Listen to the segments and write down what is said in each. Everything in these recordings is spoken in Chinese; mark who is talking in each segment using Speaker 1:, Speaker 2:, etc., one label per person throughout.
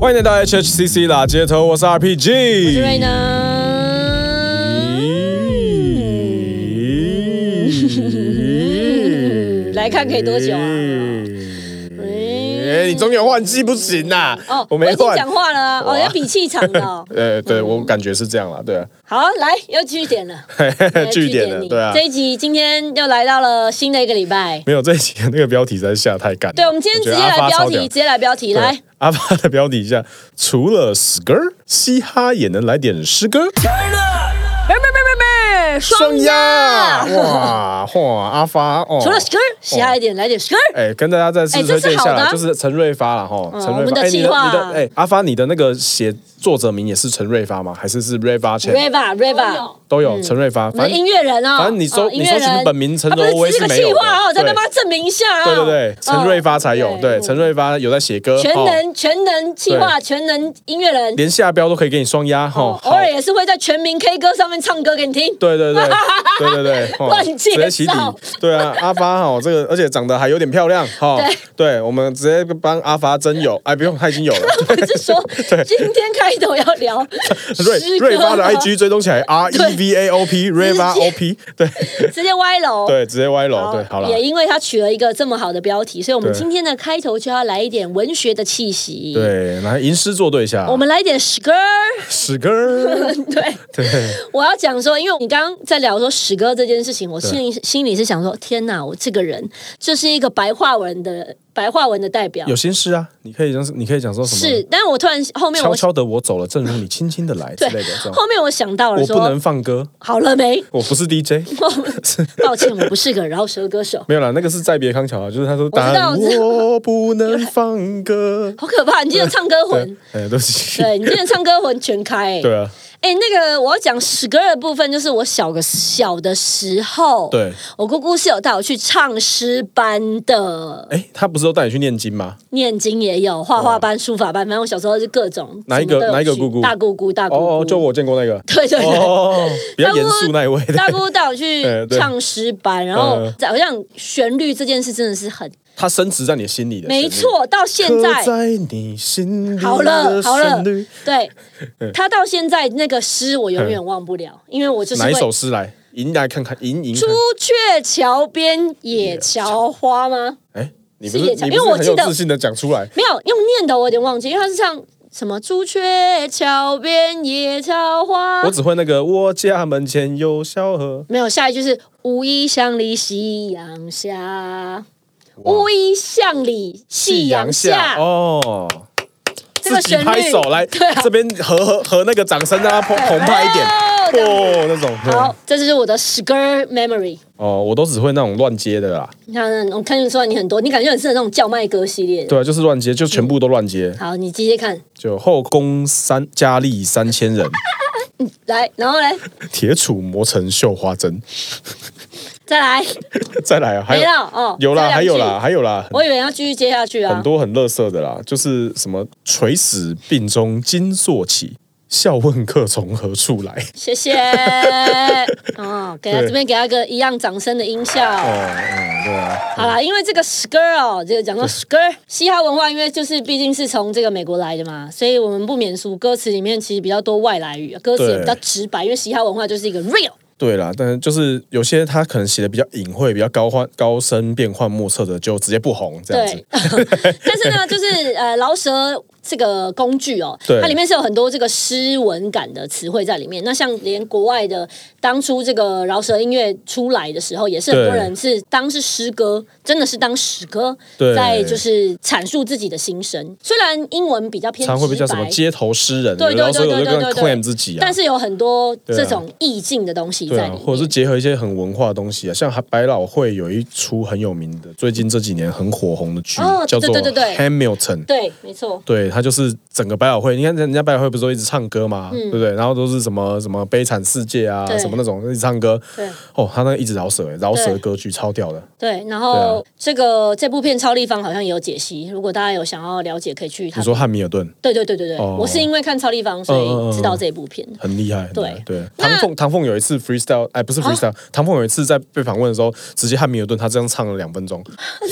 Speaker 1: 欢迎来到 HHCC 啦街头，我是 RPG，
Speaker 2: 我是瑞呢。来看可以多久啊？
Speaker 1: 哎、你总有换季不行呐、
Speaker 2: 哦，
Speaker 1: 我没
Speaker 2: 已经
Speaker 1: 换。
Speaker 2: 讲话了啊，
Speaker 1: 哇
Speaker 2: 哦，要比气场的 哦。
Speaker 1: 呃，对我感觉是这样啦，对啊，
Speaker 2: 好，来又据点了，来
Speaker 1: 据点的，
Speaker 2: 你
Speaker 1: 对啊，
Speaker 2: 这一集今天又来到了新的一个礼拜。
Speaker 1: 没有这一集的那个标题实在是下得太干了。
Speaker 2: 对，我们今天直接
Speaker 1: 觉得阿
Speaker 2: 来
Speaker 1: 发
Speaker 2: 标
Speaker 1: 超
Speaker 2: 题，
Speaker 1: 屌
Speaker 2: 直接来标题，
Speaker 1: 对
Speaker 2: 来，
Speaker 1: 阿发的标题一下，除了 skr 嘻哈也能来点诗歌，
Speaker 2: 别别别别别，双
Speaker 1: 鸭哇哇阿发哦，
Speaker 2: 除了 skirt，喜爱一点，来点 skirt。
Speaker 1: 哎，跟大家再次
Speaker 2: 哎
Speaker 1: 推
Speaker 2: 这是
Speaker 1: 荐一下
Speaker 2: 好的
Speaker 1: 啦，
Speaker 2: 啊
Speaker 1: 就是陈瑞发了哈，
Speaker 2: 嗯
Speaker 1: 陈
Speaker 2: 我
Speaker 1: 瑞
Speaker 2: 们
Speaker 1: 发，
Speaker 2: 的
Speaker 1: 哎，你的
Speaker 2: 计划
Speaker 1: 你的哎，阿发，你的那个写作者名也是陈瑞发吗？还是是瑞发 Chen
Speaker 2: Reva Reva，
Speaker 1: 都有陈瑞发，
Speaker 2: 嗯我们
Speaker 1: 反
Speaker 2: 的
Speaker 1: 正
Speaker 2: 音乐人哦，
Speaker 1: 反正你搜
Speaker 2: 哦
Speaker 1: 你
Speaker 2: 音乐
Speaker 1: 搜寻
Speaker 2: 人啊
Speaker 1: 本名陈
Speaker 2: 他不是
Speaker 1: 柔薇
Speaker 2: 只是
Speaker 1: 是
Speaker 2: 个
Speaker 1: 没有
Speaker 2: 气
Speaker 1: 的
Speaker 2: 话哦，再
Speaker 1: 对
Speaker 2: 帮他证明一下啊。
Speaker 1: 对对对，陈瑞发才有
Speaker 2: 哦，
Speaker 1: 对，陈瑞发有在写歌，
Speaker 2: 全
Speaker 1: 哦
Speaker 2: 能全能气化全能音乐人，
Speaker 1: 连下标都可以给你双压哈，
Speaker 2: 哦
Speaker 1: 好
Speaker 2: 偶尔也是会在全民 K 歌上面唱歌给你听。
Speaker 1: 对 对对对对对，哦
Speaker 2: 乱
Speaker 1: 直
Speaker 2: 介
Speaker 1: 接起底
Speaker 2: 绍，
Speaker 1: 对啊，阿发哈，这个而且长得还有点漂亮哈，
Speaker 2: 对
Speaker 1: 对，我们直接帮阿发真有，哎，不用，他已经有了。
Speaker 2: 我是说，今天开头要 聊
Speaker 1: 瑞
Speaker 2: 诗歌
Speaker 1: 瑞发的
Speaker 2: 吗
Speaker 1: IG 追踪起来，R E V A O P 瑞发 O P，对
Speaker 2: 直接歪楼。
Speaker 1: 对，直接歪楼，
Speaker 2: 好
Speaker 1: 对，好了，
Speaker 2: 哦也因为他取了一个这么好的标题，所以我们
Speaker 1: 对
Speaker 2: 今天的开头就要来一点文学的气息。，
Speaker 1: 对，来吟诗作对一下，
Speaker 2: 我们来一点诗歌。
Speaker 1: 史 歌，
Speaker 2: 对，
Speaker 1: 对，
Speaker 2: 我要讲说，因为你刚刚在聊说史歌这件事情，我心里心里是想说，天哪，我这个人就是一个白话文的白话文的代表
Speaker 1: 有。心事啊，你可以讲，你可以讲说什么？
Speaker 2: 是，但是我突然后面
Speaker 1: 悄
Speaker 2: 我
Speaker 1: 悄的我走了，正如你轻轻的来之 类
Speaker 2: 对
Speaker 1: 的这种。
Speaker 2: 后面我想到了
Speaker 1: 我不
Speaker 2: 说
Speaker 1: 能，放歌，
Speaker 2: 好了没？
Speaker 1: 我不是 DJ，
Speaker 2: 抱歉，我不是个饶舌歌手，
Speaker 1: 没有啦，那个是再别康桥啊，就是他说，
Speaker 2: 道
Speaker 1: 但
Speaker 2: 我知道
Speaker 1: 我不能放 歌。
Speaker 2: 好可怕！你今天唱歌
Speaker 1: 对
Speaker 2: 魂，，
Speaker 1: 哎，对不起，
Speaker 2: 对你今天唱歌魂全开、欸。
Speaker 1: 对啊，
Speaker 2: 哎、那个我要讲史歌的部分，就是我小个小的时候，
Speaker 1: 对，
Speaker 2: 我姑姑是有带我去唱诗班的，
Speaker 1: 哎，他不是都带你去念经吗？
Speaker 2: 念经也有，画画班、书法班，反正我小时候是各种。
Speaker 1: 哪一个
Speaker 2: 什么都有
Speaker 1: 哪一个
Speaker 2: 去
Speaker 1: 姑姑
Speaker 2: 大姑姑，大姑姑。
Speaker 1: 哦，就我见过那个，
Speaker 2: 对对对。
Speaker 1: 哦，比较严肃那一位的，
Speaker 2: 大姑姑带我去
Speaker 1: 哎对嗯
Speaker 2: 唱诗班，然后好像旋律这件事真的是很
Speaker 1: 它深植在你的心里的，
Speaker 2: 没，错，到现
Speaker 1: 刻
Speaker 2: 在
Speaker 1: 在你心里
Speaker 2: 好了
Speaker 1: 的
Speaker 2: 好了
Speaker 1: 旋律。，
Speaker 2: 对他到现在那个诗我永远忘不了，因为我就
Speaker 1: 嗯
Speaker 2: 是
Speaker 1: 哪
Speaker 2: 会
Speaker 1: 一首诗来？吟来看看，吟吟
Speaker 2: 朱
Speaker 1: 看。
Speaker 2: 雀桥边野桥花吗？
Speaker 1: 哎，你不
Speaker 2: 是
Speaker 1: 是
Speaker 2: 野
Speaker 1: 你
Speaker 2: 草
Speaker 1: 不
Speaker 2: 因为
Speaker 1: 是
Speaker 2: 我
Speaker 1: 很
Speaker 2: 记
Speaker 1: 有
Speaker 2: 得
Speaker 1: 自信的讲出来？
Speaker 2: 没有用念的，我有点忘记，因为他是唱什么朱雀桥边野桥花
Speaker 1: 我。只会那个我家门前有小河，
Speaker 2: 没有，下一句是“无衣巷里夕阳下”，
Speaker 1: 哇
Speaker 2: 无衣巷里夕阳下。
Speaker 1: 哦。
Speaker 2: 这个
Speaker 1: 自己
Speaker 2: 旋律
Speaker 1: 拍手来，
Speaker 2: 对啊
Speaker 1: 这边和和和那个掌声让它澎澎湃一点，
Speaker 2: 哎呦
Speaker 1: 哦，那种对
Speaker 2: 好，这就是我的 skr memory。
Speaker 1: 哦，我都只会那种乱接的啦，
Speaker 2: 你看，我看得出来你很多，你感觉很适合那种叫卖歌系列的。
Speaker 1: 对啊，就是乱接，就全部都乱接，
Speaker 2: 好，你直接看，
Speaker 1: 就后宫三佳丽三千人，
Speaker 2: 来，然后嘞，
Speaker 1: 铁杵磨成绣花针。
Speaker 2: 再来，
Speaker 1: 再来啊，还
Speaker 2: 没
Speaker 1: 有
Speaker 2: 了哦，
Speaker 1: 有啦，
Speaker 2: 这两
Speaker 1: 还有
Speaker 2: 句
Speaker 1: 啦，，还有啦，
Speaker 2: 我以为要继续接下去
Speaker 1: 很
Speaker 2: 啊。
Speaker 1: 多很乐色的啦，就是什么垂死病中惊坐起，笑问客从何处来。
Speaker 2: 谢谢。哦，给他
Speaker 1: 对
Speaker 2: 这边给他个一样掌声的音效。
Speaker 1: 哦，嗯，对啊，
Speaker 2: 好啦，因为这个 skr 哦，这个讲到 skr 嘻哈文化，因为就是毕竟是从这个美国来的嘛，所以我们不免俗，歌词里面其实比较多外来语，歌词也
Speaker 1: 对
Speaker 2: 比较直白，因为嘻哈文化就是一个 real。
Speaker 1: 对啦，但是就是有些他可能写的比较隐晦，比较高欢高深变幻莫测的，就直接不红这样子
Speaker 2: 对。， 但是呢，就是呃，饶舌这个工具哦，
Speaker 1: 对
Speaker 2: 它里面是有很多这个诗文感的词汇在里面。那像连国外的当初这个饶舌音乐出来的时候，也是很多
Speaker 1: 对
Speaker 2: 人是当是诗歌，真的是当诗歌
Speaker 1: 对
Speaker 2: 在就是阐述自己的心声。虽然英文比较偏
Speaker 1: 常会被
Speaker 2: 直
Speaker 1: 叫什么
Speaker 2: 白。
Speaker 1: 街头诗人，
Speaker 2: 对对
Speaker 1: 然后所以我
Speaker 2: 对
Speaker 1: 就
Speaker 2: 对
Speaker 1: 更
Speaker 2: 对对
Speaker 1: claim 自己啊。
Speaker 2: 但是有很多
Speaker 1: 对
Speaker 2: 这
Speaker 1: 啊
Speaker 2: 种意境的东西
Speaker 1: 对
Speaker 2: 在
Speaker 1: 啊
Speaker 2: 里面，，
Speaker 1: 或者是结合一些很文化的东西啊，像百老汇有一出很有名的，最近这几年很火红的剧，
Speaker 2: 哦
Speaker 1: 叫做
Speaker 2: 对对对对
Speaker 1: 《Hamilton》。
Speaker 2: 对，没错，
Speaker 1: 对，他就是整个百老汇，你看人家百老汇不是都一直唱歌嘛，对不对？然后都是什么什么悲惨世界啊，
Speaker 2: 嗯对
Speaker 1: 什么那种一直唱歌。
Speaker 2: 对
Speaker 1: 哦，他那个一直饶舌、欸，饶舌
Speaker 2: 对
Speaker 1: 歌剧超屌的。
Speaker 2: 对。然
Speaker 1: 对啊
Speaker 2: 后这个这部片超立方好像也有解析，如果大家有想要了解，可以去他
Speaker 1: 你说汉密尔顿
Speaker 2: 对对对对对，
Speaker 1: 哦嗯
Speaker 2: 我是因为看超立方，所以知道这部片。
Speaker 1: 很厉害，很厉害
Speaker 2: 对啊
Speaker 1: 对。唐凤唐凤有一次 freestyle，哎，不是 freestyle，、唐凤有一次在被访问的时候，直接汉密尔顿他这样唱了两分 钟，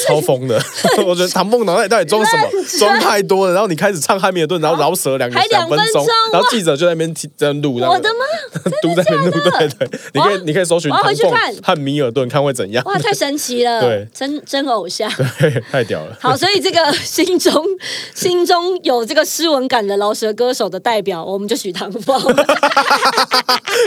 Speaker 1: 超疯的。我觉得唐凤脑袋到底装什么？装太多了。然后你开始唱汉密尔顿，顿，然后饶舌两个
Speaker 2: 啊还
Speaker 1: 两
Speaker 2: 两
Speaker 1: 分
Speaker 2: 分
Speaker 1: 钟
Speaker 2: 钟，
Speaker 1: 然后记者就在那边听在那边录，然后
Speaker 2: 我的妈！
Speaker 1: 读在那边录，对对，你可以
Speaker 2: 哇
Speaker 1: 你可以搜寻
Speaker 2: 我要
Speaker 1: 唐
Speaker 2: 回去
Speaker 1: 凤
Speaker 2: 看
Speaker 1: 和米尔顿，看会怎样，
Speaker 2: 哇，太神奇了，
Speaker 1: 对
Speaker 2: 真真偶像。
Speaker 1: 对， 太屌了。
Speaker 2: 好，所以这 个心中心中有这个诗文感的饶舌歌手的代表，我们就许唐凤。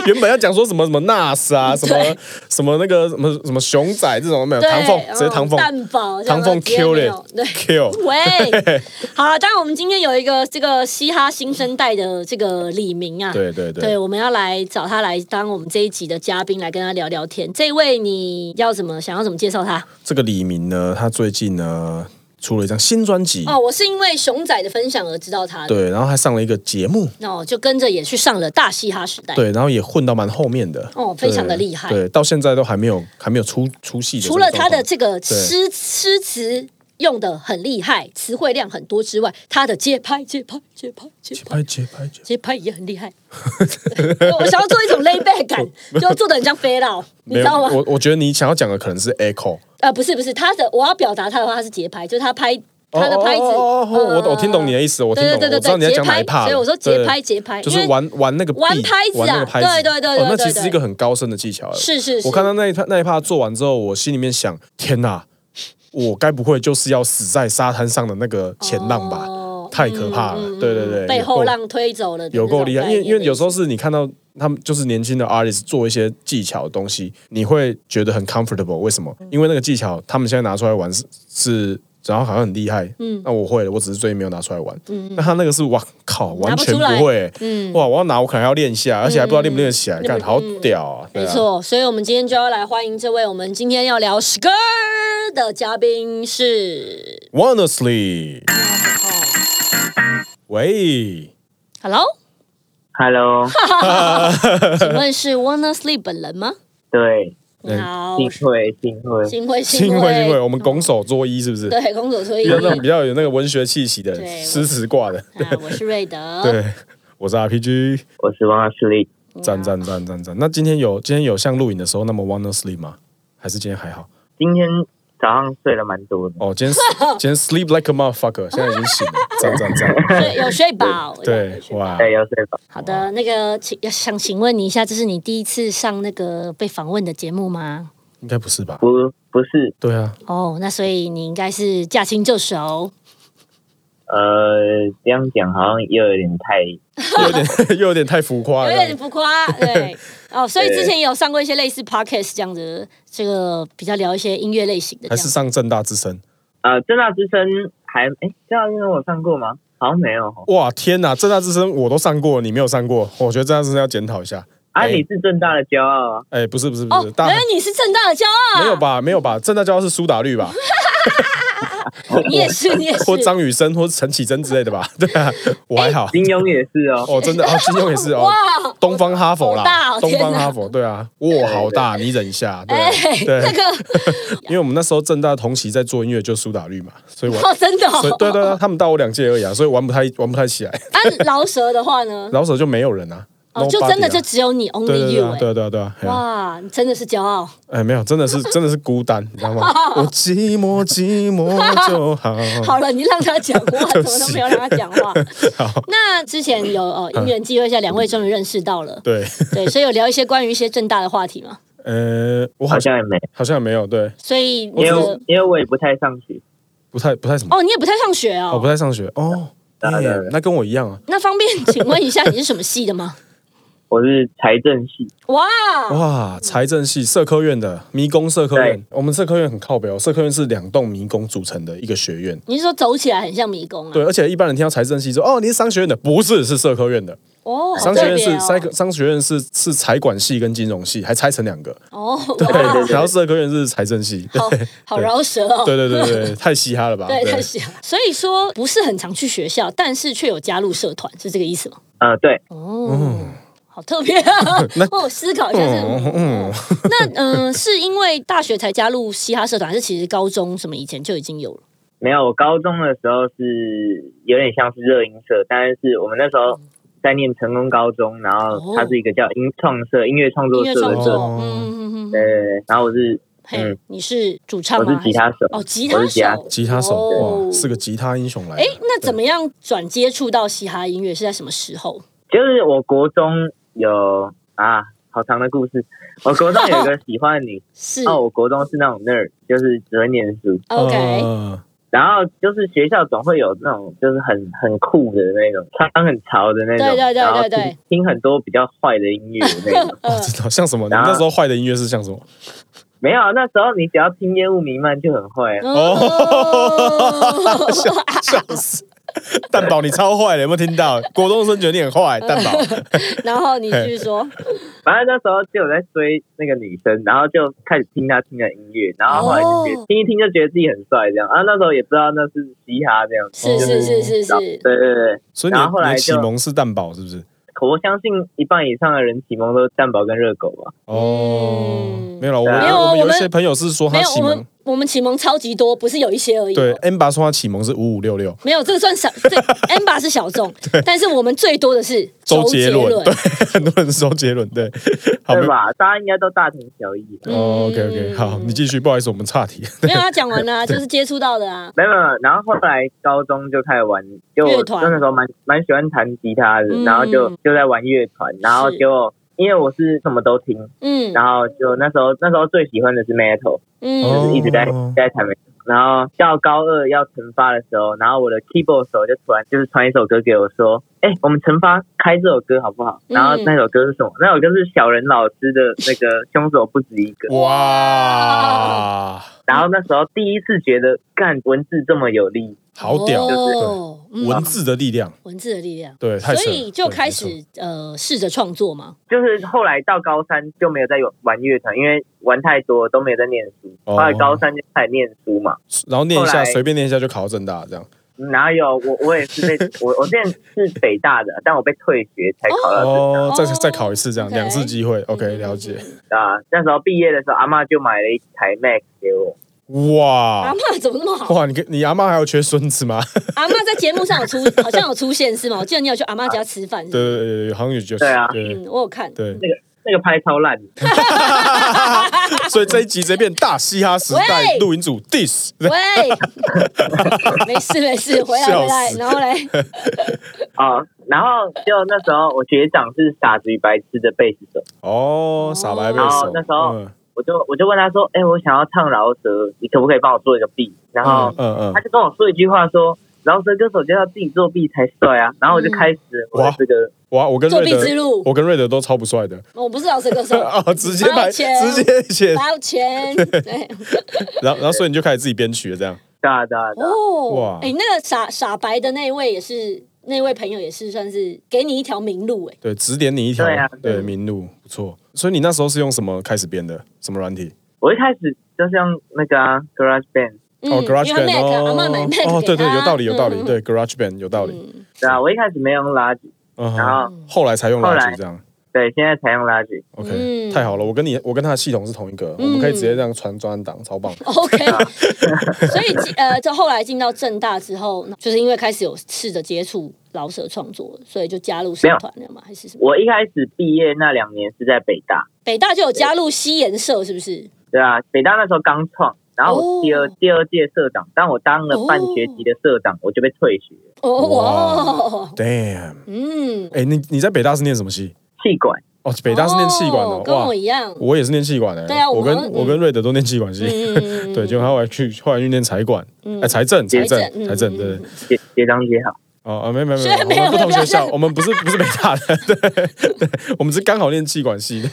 Speaker 1: 原本要讲说什么什么 NAS 啊，什么
Speaker 2: 对
Speaker 1: 什么那个什么什么熊仔这种没有，
Speaker 2: 对，
Speaker 1: 唐凤
Speaker 2: 嗯
Speaker 1: 直接唐凤
Speaker 2: 蛋堡，
Speaker 1: 唐凤
Speaker 2: 这样
Speaker 1: kill
Speaker 2: 直接没
Speaker 1: 嘞
Speaker 2: 有对。
Speaker 1: kill，
Speaker 2: 喂，好了，当然我们今天有一个这个嘻哈新生代的这个李明啊，
Speaker 1: 对对
Speaker 2: 对，
Speaker 1: 对，
Speaker 2: 我们要来找他来当我们这一集的嘉宾，来跟他聊聊天。这一位你要怎么想要怎么介绍他？
Speaker 1: 这个李明呢，他最近呢出了一张新专辑，
Speaker 2: 哦，我是因为熊仔的分享而知道他的，
Speaker 1: 对，然后还上了一个节目，
Speaker 2: 那我就跟着也去上了大嘻哈时代。
Speaker 1: 对，然后也混到蛮后面的，
Speaker 2: 哦非常的
Speaker 1: 对
Speaker 2: 厉害
Speaker 1: 对，到现在都还没有还没有出出戏的这
Speaker 2: 除
Speaker 1: 种
Speaker 2: 了
Speaker 1: 状况，
Speaker 2: 他的这个
Speaker 1: 对
Speaker 2: 诗诗词用的很厉害，词汇量很多之外，他的节拍、节拍、节拍、节拍。
Speaker 1: 拍节拍节，
Speaker 2: 节拍也很厉害， 对我想要做一种 layback 感，就做的很像飞佬，你
Speaker 1: 没
Speaker 2: 知
Speaker 1: 有，
Speaker 2: 道吗？
Speaker 1: 我我觉得你想要讲的可能是 echo，
Speaker 2: 呃，不是不是，他的我要表达他的话，他是节拍，就是他拍
Speaker 1: 哦
Speaker 2: 他的拍子。
Speaker 1: 哦哦哦哦
Speaker 2: 呃
Speaker 1: 我我听懂你的意思，我听
Speaker 2: 对
Speaker 1: 懂，
Speaker 2: 对对
Speaker 1: 我知道
Speaker 2: 对
Speaker 1: 你
Speaker 2: 对，
Speaker 1: 在
Speaker 2: 节
Speaker 1: 讲哪
Speaker 2: 拍
Speaker 1: 一，趴了，
Speaker 2: 所以我说节
Speaker 1: 对
Speaker 2: 拍节拍，
Speaker 1: 就是
Speaker 2: 因为
Speaker 1: 玩玩那个
Speaker 2: 玩
Speaker 1: beat，
Speaker 2: 拍子啊
Speaker 1: 玩那个拍子，
Speaker 2: 对对对
Speaker 1: 哦
Speaker 2: 对
Speaker 1: 那
Speaker 2: 对
Speaker 1: 其实是一个很高深的技巧了。
Speaker 2: 是是是，
Speaker 1: 我看到那一趴那一趴做完之后，我心里面想：天哪，我该不会就是要死在沙滩上的那个前浪吧？
Speaker 2: 哦
Speaker 1: 太可怕了！对对对，
Speaker 2: 被
Speaker 1: 有够
Speaker 2: 后浪推走了的
Speaker 1: 有够
Speaker 2: 那种
Speaker 1: 厉害，
Speaker 2: 概
Speaker 1: 因为
Speaker 2: 念
Speaker 1: 因为有时候
Speaker 2: 的意
Speaker 1: 是你看到他们就是年轻的 artist 做一些技巧的东西，你会觉得很 comfortable。为什么？因为那个技巧他们现在拿出来玩是是，然后好像很厉害。嗯，那我会了，我只是最近没有拿出来玩。嗯，那他那个是哇靠，完全
Speaker 2: 拿不出来
Speaker 1: 不会。嗯，哇，我要拿我可能还要练一下，而且还不知道练不练得
Speaker 2: 嗯
Speaker 1: 起来，干好屌啊！
Speaker 2: 思
Speaker 1: 对
Speaker 2: 没
Speaker 1: 啊，
Speaker 2: 错，所以我们今天就要来欢迎这位我们今天要聊 s k 的嘉宾是哦
Speaker 1: w a n e s l y 喂，
Speaker 2: Hello，
Speaker 3: Hello，
Speaker 2: 请问是 Wanna Sleep 本人吗？
Speaker 3: 对，
Speaker 1: 嗯
Speaker 2: 好，
Speaker 3: 幸会幸会，
Speaker 2: 幸会
Speaker 1: 幸
Speaker 2: 会
Speaker 1: 会幸会，我们拱手作揖是不是？
Speaker 2: 对工作所以
Speaker 1: 比较那种比较有那个文学气息的
Speaker 2: 对
Speaker 1: 诗词挂的。
Speaker 2: 啊，我是瑞德，
Speaker 1: 对， 我是 RPG，
Speaker 3: 我是王老师李，
Speaker 1: 赞赞赞赞赞。那今天有今天有像录影的时候那么 wanna sleep 吗？还是今天还好？
Speaker 3: 今天早上睡了蛮多的，
Speaker 1: 哦， 今天今天 sleep like a motherfucker，现在已经醒了，赞赞赞。
Speaker 2: 睡有睡饱，
Speaker 1: 对，哇，
Speaker 2: 哎
Speaker 3: 对，有睡饱，
Speaker 2: 好的，那个请想请问你一下，这是你第一次上那个被访问的节目吗？
Speaker 1: 应该不是吧？
Speaker 3: 不不是，
Speaker 1: 对啊，
Speaker 2: 哦，那所以你应该是驾轻就熟，
Speaker 3: 呃，这样讲好像又有点太，
Speaker 1: 又有点 又有点太浮夸
Speaker 2: 有点
Speaker 1: 了。
Speaker 2: 浮 夸，对。哦，所以之前也有上过一些类似 podcast 这样的，这个比较聊一些音乐类型的这
Speaker 1: 还
Speaker 2: 样
Speaker 1: 是。上正大之声？
Speaker 3: 呃，正大之声还，哎，正大之声我上过吗？好像没有哦
Speaker 1: 哇，天哪！正大之声我都上过，你没有上过，我觉得正大之声要检讨一下。
Speaker 3: 啊，
Speaker 1: 哎
Speaker 3: 你是正大的骄傲啊，
Speaker 1: 哎，不是不是不
Speaker 2: 哦
Speaker 1: 是，，大
Speaker 2: 原来你是正大的骄傲，啊
Speaker 1: 没有？吧？没有吧？正大教是苏打绿吧？
Speaker 2: 你也是，你也 是。哎
Speaker 1: 或张雨生或陈绮贞之类的吧？对啊，我还好。
Speaker 3: 金庸也是哦，
Speaker 1: 哦，真的哦，金庸也是哦。
Speaker 2: 哇，
Speaker 1: 东方哈佛
Speaker 2: 好大
Speaker 1: 啦，
Speaker 2: 哦
Speaker 1: 东
Speaker 2: 天
Speaker 1: 方
Speaker 2: 哪
Speaker 1: 哈佛，对啊，哇，好 大，你忍一下，对啊
Speaker 2: 哎，
Speaker 1: 对
Speaker 2: 这，个
Speaker 1: 因为我们那时候正大同期在做音乐，就苏打绿嘛，所以我，
Speaker 2: 哦，真的哦。
Speaker 1: 所以对对对，他们大我两届而已啊，所以玩不太玩不太起来，
Speaker 2: 啊，饶舌的话呢？
Speaker 1: 老手就没有人啊，
Speaker 2: 哦，就真的
Speaker 1: nobody
Speaker 2: 就
Speaker 1: 啊
Speaker 2: 只有你
Speaker 1: 对
Speaker 2: only
Speaker 1: 对对
Speaker 2: you
Speaker 1: 啊
Speaker 2: 哎。
Speaker 1: 对对对对啊，哎呀
Speaker 2: 哇，你真的是骄傲。
Speaker 1: 哎，没有，真的 是真的是孤单，你知道吗？我寂寞寂寞就好，
Speaker 2: 好了，你让他 讲话，
Speaker 1: 嗯对
Speaker 2: 怎
Speaker 1: 不起嗯
Speaker 2: 么都没有让他讲话。 那之前有呃因缘际会下，两位终于认识到了，
Speaker 1: 对，
Speaker 2: 对，所以有聊一些关于一些正大的话题嘛。
Speaker 1: 呃，我好
Speaker 3: 好
Speaker 1: 像
Speaker 3: 像也没，
Speaker 1: 好像没有，对，
Speaker 2: 所以
Speaker 3: 因
Speaker 2: 你
Speaker 3: 为
Speaker 2: 的
Speaker 3: 我因为我也不太上学，
Speaker 1: 不太不太什么，
Speaker 2: 哦，你也不太上学
Speaker 1: 我不
Speaker 2: 哦。
Speaker 1: 太上学哦，
Speaker 3: 对对
Speaker 1: 哎
Speaker 3: 对
Speaker 1: 那跟我一样啊，
Speaker 2: 那方便请问一下你是什么系的吗？
Speaker 3: 我是财政系，
Speaker 2: 哇，
Speaker 1: 哇，财政系社科院的迷宫社科院
Speaker 3: 对，
Speaker 1: 我们社科院很靠北哦，社科院是两栋迷宫组成的一个学院。
Speaker 2: 你是说走起来很像迷宫啊？
Speaker 1: 对，而且一般人听到财政系说，哦，你是商学院的，不是，是社科院的。
Speaker 2: 哦，好
Speaker 1: 商学
Speaker 2: 特
Speaker 1: 院
Speaker 2: 别
Speaker 1: 是
Speaker 2: 哦
Speaker 1: 商科商学院是是财管系跟金融系，还拆成两个。
Speaker 2: 哦，
Speaker 1: 对
Speaker 2: 哇，
Speaker 3: 对对
Speaker 1: 然后社科院是财政系。
Speaker 2: 好好饶舌哦。
Speaker 1: 对对对对对，太嘻哈了吧？
Speaker 2: 对，太喜欢。所以说不是很常去学校，但是却有加入社团，是这个意思吗？
Speaker 3: 呃，对，
Speaker 2: 哦，好特 别啊！ 我思考一下
Speaker 1: 嗯
Speaker 2: 是。
Speaker 1: 嗯，
Speaker 2: 那嗯、呃是因为大学才加入嘻哈社团，还是其实高中什么以前就已经有了？
Speaker 3: 没有，我高中的时候是有点像是热音社，但是我们那时候
Speaker 2: 嗯
Speaker 3: 在念成功高中，然后它是一个叫音创社、音乐创作
Speaker 2: 哦音乐
Speaker 3: 社
Speaker 2: 创
Speaker 3: 的
Speaker 1: 哦
Speaker 3: 社，
Speaker 2: 作，嗯嗯嗯，
Speaker 3: 对，然后我是
Speaker 2: 嘿
Speaker 3: 嗯，
Speaker 2: 你是主唱
Speaker 3: 我
Speaker 2: 吗？
Speaker 3: 是吉他手，
Speaker 2: 哦，吉
Speaker 3: 我
Speaker 2: 他
Speaker 3: 是吉他
Speaker 2: 手，
Speaker 1: 吉他手，
Speaker 2: 哦
Speaker 1: 哇，是个吉他英雄来的。
Speaker 2: 哎，那怎么样转接触到嘻哈音乐是在什么时候？
Speaker 3: 就是我国中有啊，好长的故事。我国中有一个喜欢的女，
Speaker 2: 是
Speaker 3: 哦，我国中是那种 nerd，就是只会念书。
Speaker 2: OK，
Speaker 1: 呃
Speaker 3: 然后就是学校总会有那种就是很很酷的那种，穿很潮的那种，
Speaker 2: 对对对
Speaker 3: 然后
Speaker 2: 对对。
Speaker 3: 听听很多比较坏的音乐的那种
Speaker 1: 我
Speaker 2: 呃，
Speaker 1: 知道像什么？你
Speaker 3: 然后
Speaker 1: 那时候坏的音乐是像什么？
Speaker 3: 没有，那时候你只要听烟雾弥漫就很坏啊。
Speaker 2: 哦，
Speaker 1: 笑笑死！蛋宝，你超坏的，有没有听到？国中生觉得你很坏，蛋 宝。
Speaker 2: 然后你继续说，
Speaker 3: 反正那时候就有在追那个女生，然后就开始听她听的音乐，然后后来就觉得、
Speaker 2: 哦
Speaker 3: 听一听就觉得自己很帅这样啊。那时候也不知道那是嘻哈这样，
Speaker 2: 是是是是
Speaker 1: 哦
Speaker 3: 然后
Speaker 2: 是，
Speaker 3: 对对对，
Speaker 1: 所以你
Speaker 3: 然后后
Speaker 1: 你
Speaker 3: 来
Speaker 1: 的
Speaker 3: 就
Speaker 1: 启蒙是蛋宝是不是？
Speaker 3: 我相信一半以上的人启蒙都是蛋堡跟热狗吧。
Speaker 1: 哦，没有了，我
Speaker 3: 对啊
Speaker 1: 们
Speaker 3: 没有
Speaker 1: 我们有一
Speaker 2: 我
Speaker 1: 些
Speaker 2: 们
Speaker 1: 朋友是说
Speaker 2: 没
Speaker 1: 他
Speaker 2: 有
Speaker 1: 启
Speaker 2: 我
Speaker 1: 蒙
Speaker 2: 们，我们启蒙超级多，不是有一些而已哦。
Speaker 1: 对 m b a 说他启蒙是五五六六，
Speaker 2: 没有，这个算小，这 M 八是小 众，但是我们最多的是
Speaker 1: 周
Speaker 2: 杰
Speaker 1: 杰伦，对， 很多人是周杰伦，对，好，没
Speaker 3: 对吧？大家应该都大同小异吧。
Speaker 1: 哦，OK OK，
Speaker 2: 嗯
Speaker 1: 好，你继续，不好意思，我们岔题。
Speaker 2: 没有他啊讲完啦、就是接触到的啊。
Speaker 3: 没有没有，然后后来高中就开始玩，就
Speaker 2: 乐
Speaker 3: 我
Speaker 2: 团
Speaker 3: 那时候蛮蛮喜欢弹吉他的，
Speaker 2: 嗯
Speaker 3: 然后就就在玩乐团，然后
Speaker 2: 是
Speaker 3: 结果因为我是什么都听，
Speaker 2: 嗯
Speaker 3: 然后就那时候那时候最喜欢的是 metal，就
Speaker 1: 哦
Speaker 2: 嗯
Speaker 3: 是一直在、在弹 metal。然后到高二要惩罚的时候，然后我的 keyboard 手就突然就是传一首歌给我说，哎、我们惩罚开这首歌好不好？
Speaker 2: 嗯
Speaker 3: 然后那首歌是什么？那首歌是小人老师的那个凶手不止一个。
Speaker 1: 哇，
Speaker 3: 然后那时候第一次觉得干文字这么有力，
Speaker 1: 好屌，
Speaker 2: 哦嗯
Speaker 1: 文字的力量，
Speaker 2: 文字的力量，
Speaker 1: 对，太
Speaker 2: 所
Speaker 1: 神了
Speaker 2: 以就
Speaker 1: 对
Speaker 2: 开
Speaker 1: 没错
Speaker 2: 始呃试着创作嘛。
Speaker 3: 就是后来到高三就没有再有玩乐团，因为玩太多都没有在念书。
Speaker 1: 哦
Speaker 3: 后来高三就开始念书嘛，
Speaker 1: 然后念一
Speaker 3: 后
Speaker 1: 下，
Speaker 3: 来
Speaker 1: 随便念一下就考到正大这样。
Speaker 3: 哪有我我也是被我我之前是北大的，但我被退学才考到
Speaker 1: 哦，再
Speaker 2: 哦
Speaker 1: 再考一次这样，
Speaker 2: OK
Speaker 1: 两次机会，OK，
Speaker 2: 嗯
Speaker 1: 了解。
Speaker 3: 啊、那时候毕业的时候，阿妈就买了一台 Mac 给我，
Speaker 2: 嗯阿
Speaker 1: 哇
Speaker 2: 嬷怎么那么好？
Speaker 1: 哇，你跟你阿妈还有缺孙子吗？
Speaker 2: 阿嬷在节目上有出，好像有出现是吗？我记得你有去阿嬷家吃饭。是
Speaker 1: 对
Speaker 2: 不是
Speaker 1: 对对对，对好像有就是
Speaker 3: 对啊
Speaker 1: 对
Speaker 2: 嗯，我有看。
Speaker 1: 对，
Speaker 3: 那个拍超烂的，
Speaker 1: 所以这一集直接变大嘻哈时代
Speaker 2: 喂
Speaker 1: 录音组 diss。
Speaker 2: 喂， 没事没 事，回来
Speaker 1: 笑死
Speaker 2: 回来，然后 嘞，
Speaker 3: 哦，然后就那时候我学长是傻子与白痴的贝斯手，
Speaker 1: 哦，傻白贝手
Speaker 3: 哦，那时候
Speaker 1: 嗯
Speaker 3: 我就我就问他说，哎、我想要唱饶舌，你可不可以帮我做一个 B？然后
Speaker 1: 嗯嗯
Speaker 3: 他
Speaker 1: 嗯，
Speaker 3: 就跟我说一句话说，饶舌歌手就要自己作弊才帅啊。然后我就开始我的这个，
Speaker 1: 嗯哇，我跟
Speaker 2: 作
Speaker 1: 瑞
Speaker 2: 弊之
Speaker 1: 德，
Speaker 2: 路，
Speaker 1: 我跟瑞德都超不帅的
Speaker 2: 我不是老师歌 手，
Speaker 1: 哦，哎直接
Speaker 2: 抱
Speaker 1: 拍，
Speaker 2: 歉
Speaker 1: 直接写，
Speaker 2: 抱 歉。对，
Speaker 1: 然后然后所以你就开始自己编曲了这样。
Speaker 3: 对啊对啊对啊，
Speaker 2: 哦
Speaker 1: 哇，
Speaker 2: 哎、那个傻傻白的那一位也是，那位朋友也是算是给你一条明路哎、
Speaker 1: 对，指点你一条
Speaker 3: 对啊对
Speaker 1: 对明路，不错。所以你那时候是用什么开始编的？什么软体？
Speaker 3: 我一开始就像那个、啊、Garage Band，
Speaker 1: 哦
Speaker 2: 嗯因为他
Speaker 1: ，GarageBand
Speaker 2: Mac，啊阿嬷买
Speaker 1: 哦
Speaker 2: Mac
Speaker 1: 哦，对对，
Speaker 2: 给他
Speaker 1: 有道理有道理，
Speaker 2: 嗯
Speaker 1: 对，GarageBand 有道理。
Speaker 2: 嗯
Speaker 3: 对啊，我一开始没有用垃圾，
Speaker 1: 嗯
Speaker 3: 然
Speaker 1: 哼，
Speaker 3: 后
Speaker 1: 后来才用
Speaker 3: 后来
Speaker 1: Logic 这样。
Speaker 3: 对，现在才用垃圾。
Speaker 1: OK，
Speaker 2: 嗯
Speaker 1: 太好了，我跟你我跟他的系统是同一个，我们可以直接这样传专案档，超棒。
Speaker 2: OK，所以进呃，就后来进到正大之后，就是因为开始有试着接触老舍创作，所以就加入社团了嘛，还是什么？
Speaker 3: 我一开始毕业那两年是在北大，
Speaker 2: 北大就有加入西研社，是不是？
Speaker 3: 对啊，北大那时候刚创，然后我第二、
Speaker 2: 哦
Speaker 3: 第二届社长，但我当了半学期的社长，我就被退学。
Speaker 2: 哦哦，
Speaker 1: Damn，
Speaker 2: 嗯，
Speaker 1: 哎，你你在北大是念什么系？
Speaker 3: 气管，
Speaker 1: 哦，北大是念气管的，
Speaker 2: 哦跟
Speaker 1: 哇
Speaker 2: 我，一样。
Speaker 1: 我也是念气管的。
Speaker 2: 对啊
Speaker 1: 我
Speaker 2: 我们
Speaker 1: 跟我跟瑞德都念气管系。
Speaker 2: 嗯
Speaker 1: 对，结果他后来去后来去念财管，
Speaker 2: 嗯
Speaker 1: 哎，财政财
Speaker 2: 财
Speaker 1: 政
Speaker 2: 政嗯
Speaker 1: 财政，对。
Speaker 3: 学学长姐好，
Speaker 1: 哦啊，没有没有没
Speaker 2: 所
Speaker 1: 有，
Speaker 2: 以没有
Speaker 1: 我们不同
Speaker 2: 没有
Speaker 1: 学校，
Speaker 2: 没有
Speaker 1: 我们不是不是北大的，对对，我们是刚好练气管系的。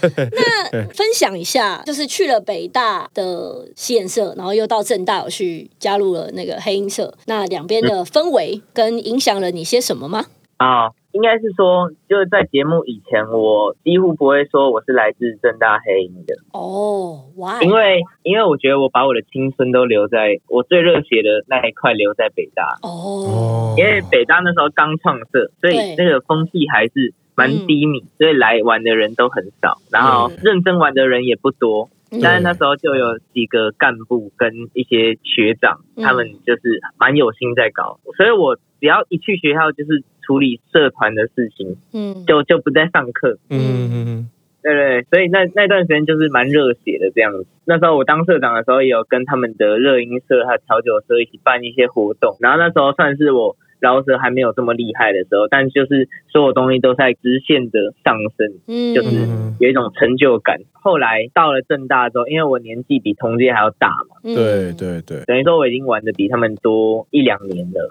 Speaker 2: 分享一下，就是去了北大的西研社，然后又到正大有去加入了那个黑音社，那两边的氛围跟影响了你些什么吗？
Speaker 3: 啊、应该是说，就是在节目以前，我几乎不会说我是来自正大黑营的，
Speaker 2: 哦，哇，
Speaker 3: 因为因为我觉得我把我的青春都留在我最热血的那一块留在北大，
Speaker 2: 哦，
Speaker 3: 因为北大那时候刚创设，所以
Speaker 2: 对嗯
Speaker 3: 那个风气还是蛮低迷，所以来玩的人都很少，然后认真玩的人也不
Speaker 2: 嗯
Speaker 3: 多。但是那时候就有几个干部跟一些学长，
Speaker 2: 嗯
Speaker 3: 他们就是蛮有心在搞，所以我只要一去学校就是处理社团的事情，
Speaker 2: 嗯，
Speaker 3: 就就不再上课。
Speaker 1: 嗯嗯嗯，
Speaker 3: 对对，所以那那段时间就是蛮热血的这样子。那时候我当社长的时候，也有跟他们的热音社还有调酒社一起办一些活动，然后那时候算是我饶舌还没有这么厉害的时候，但就是所有东西都在直线的上升，
Speaker 2: 嗯，
Speaker 3: 就是有一种成就感。后来到了正大之后，因为我年纪比同届还要大嘛，
Speaker 2: 嗯
Speaker 1: 对，对对
Speaker 3: 等于说我已经玩的比他们多一两年了，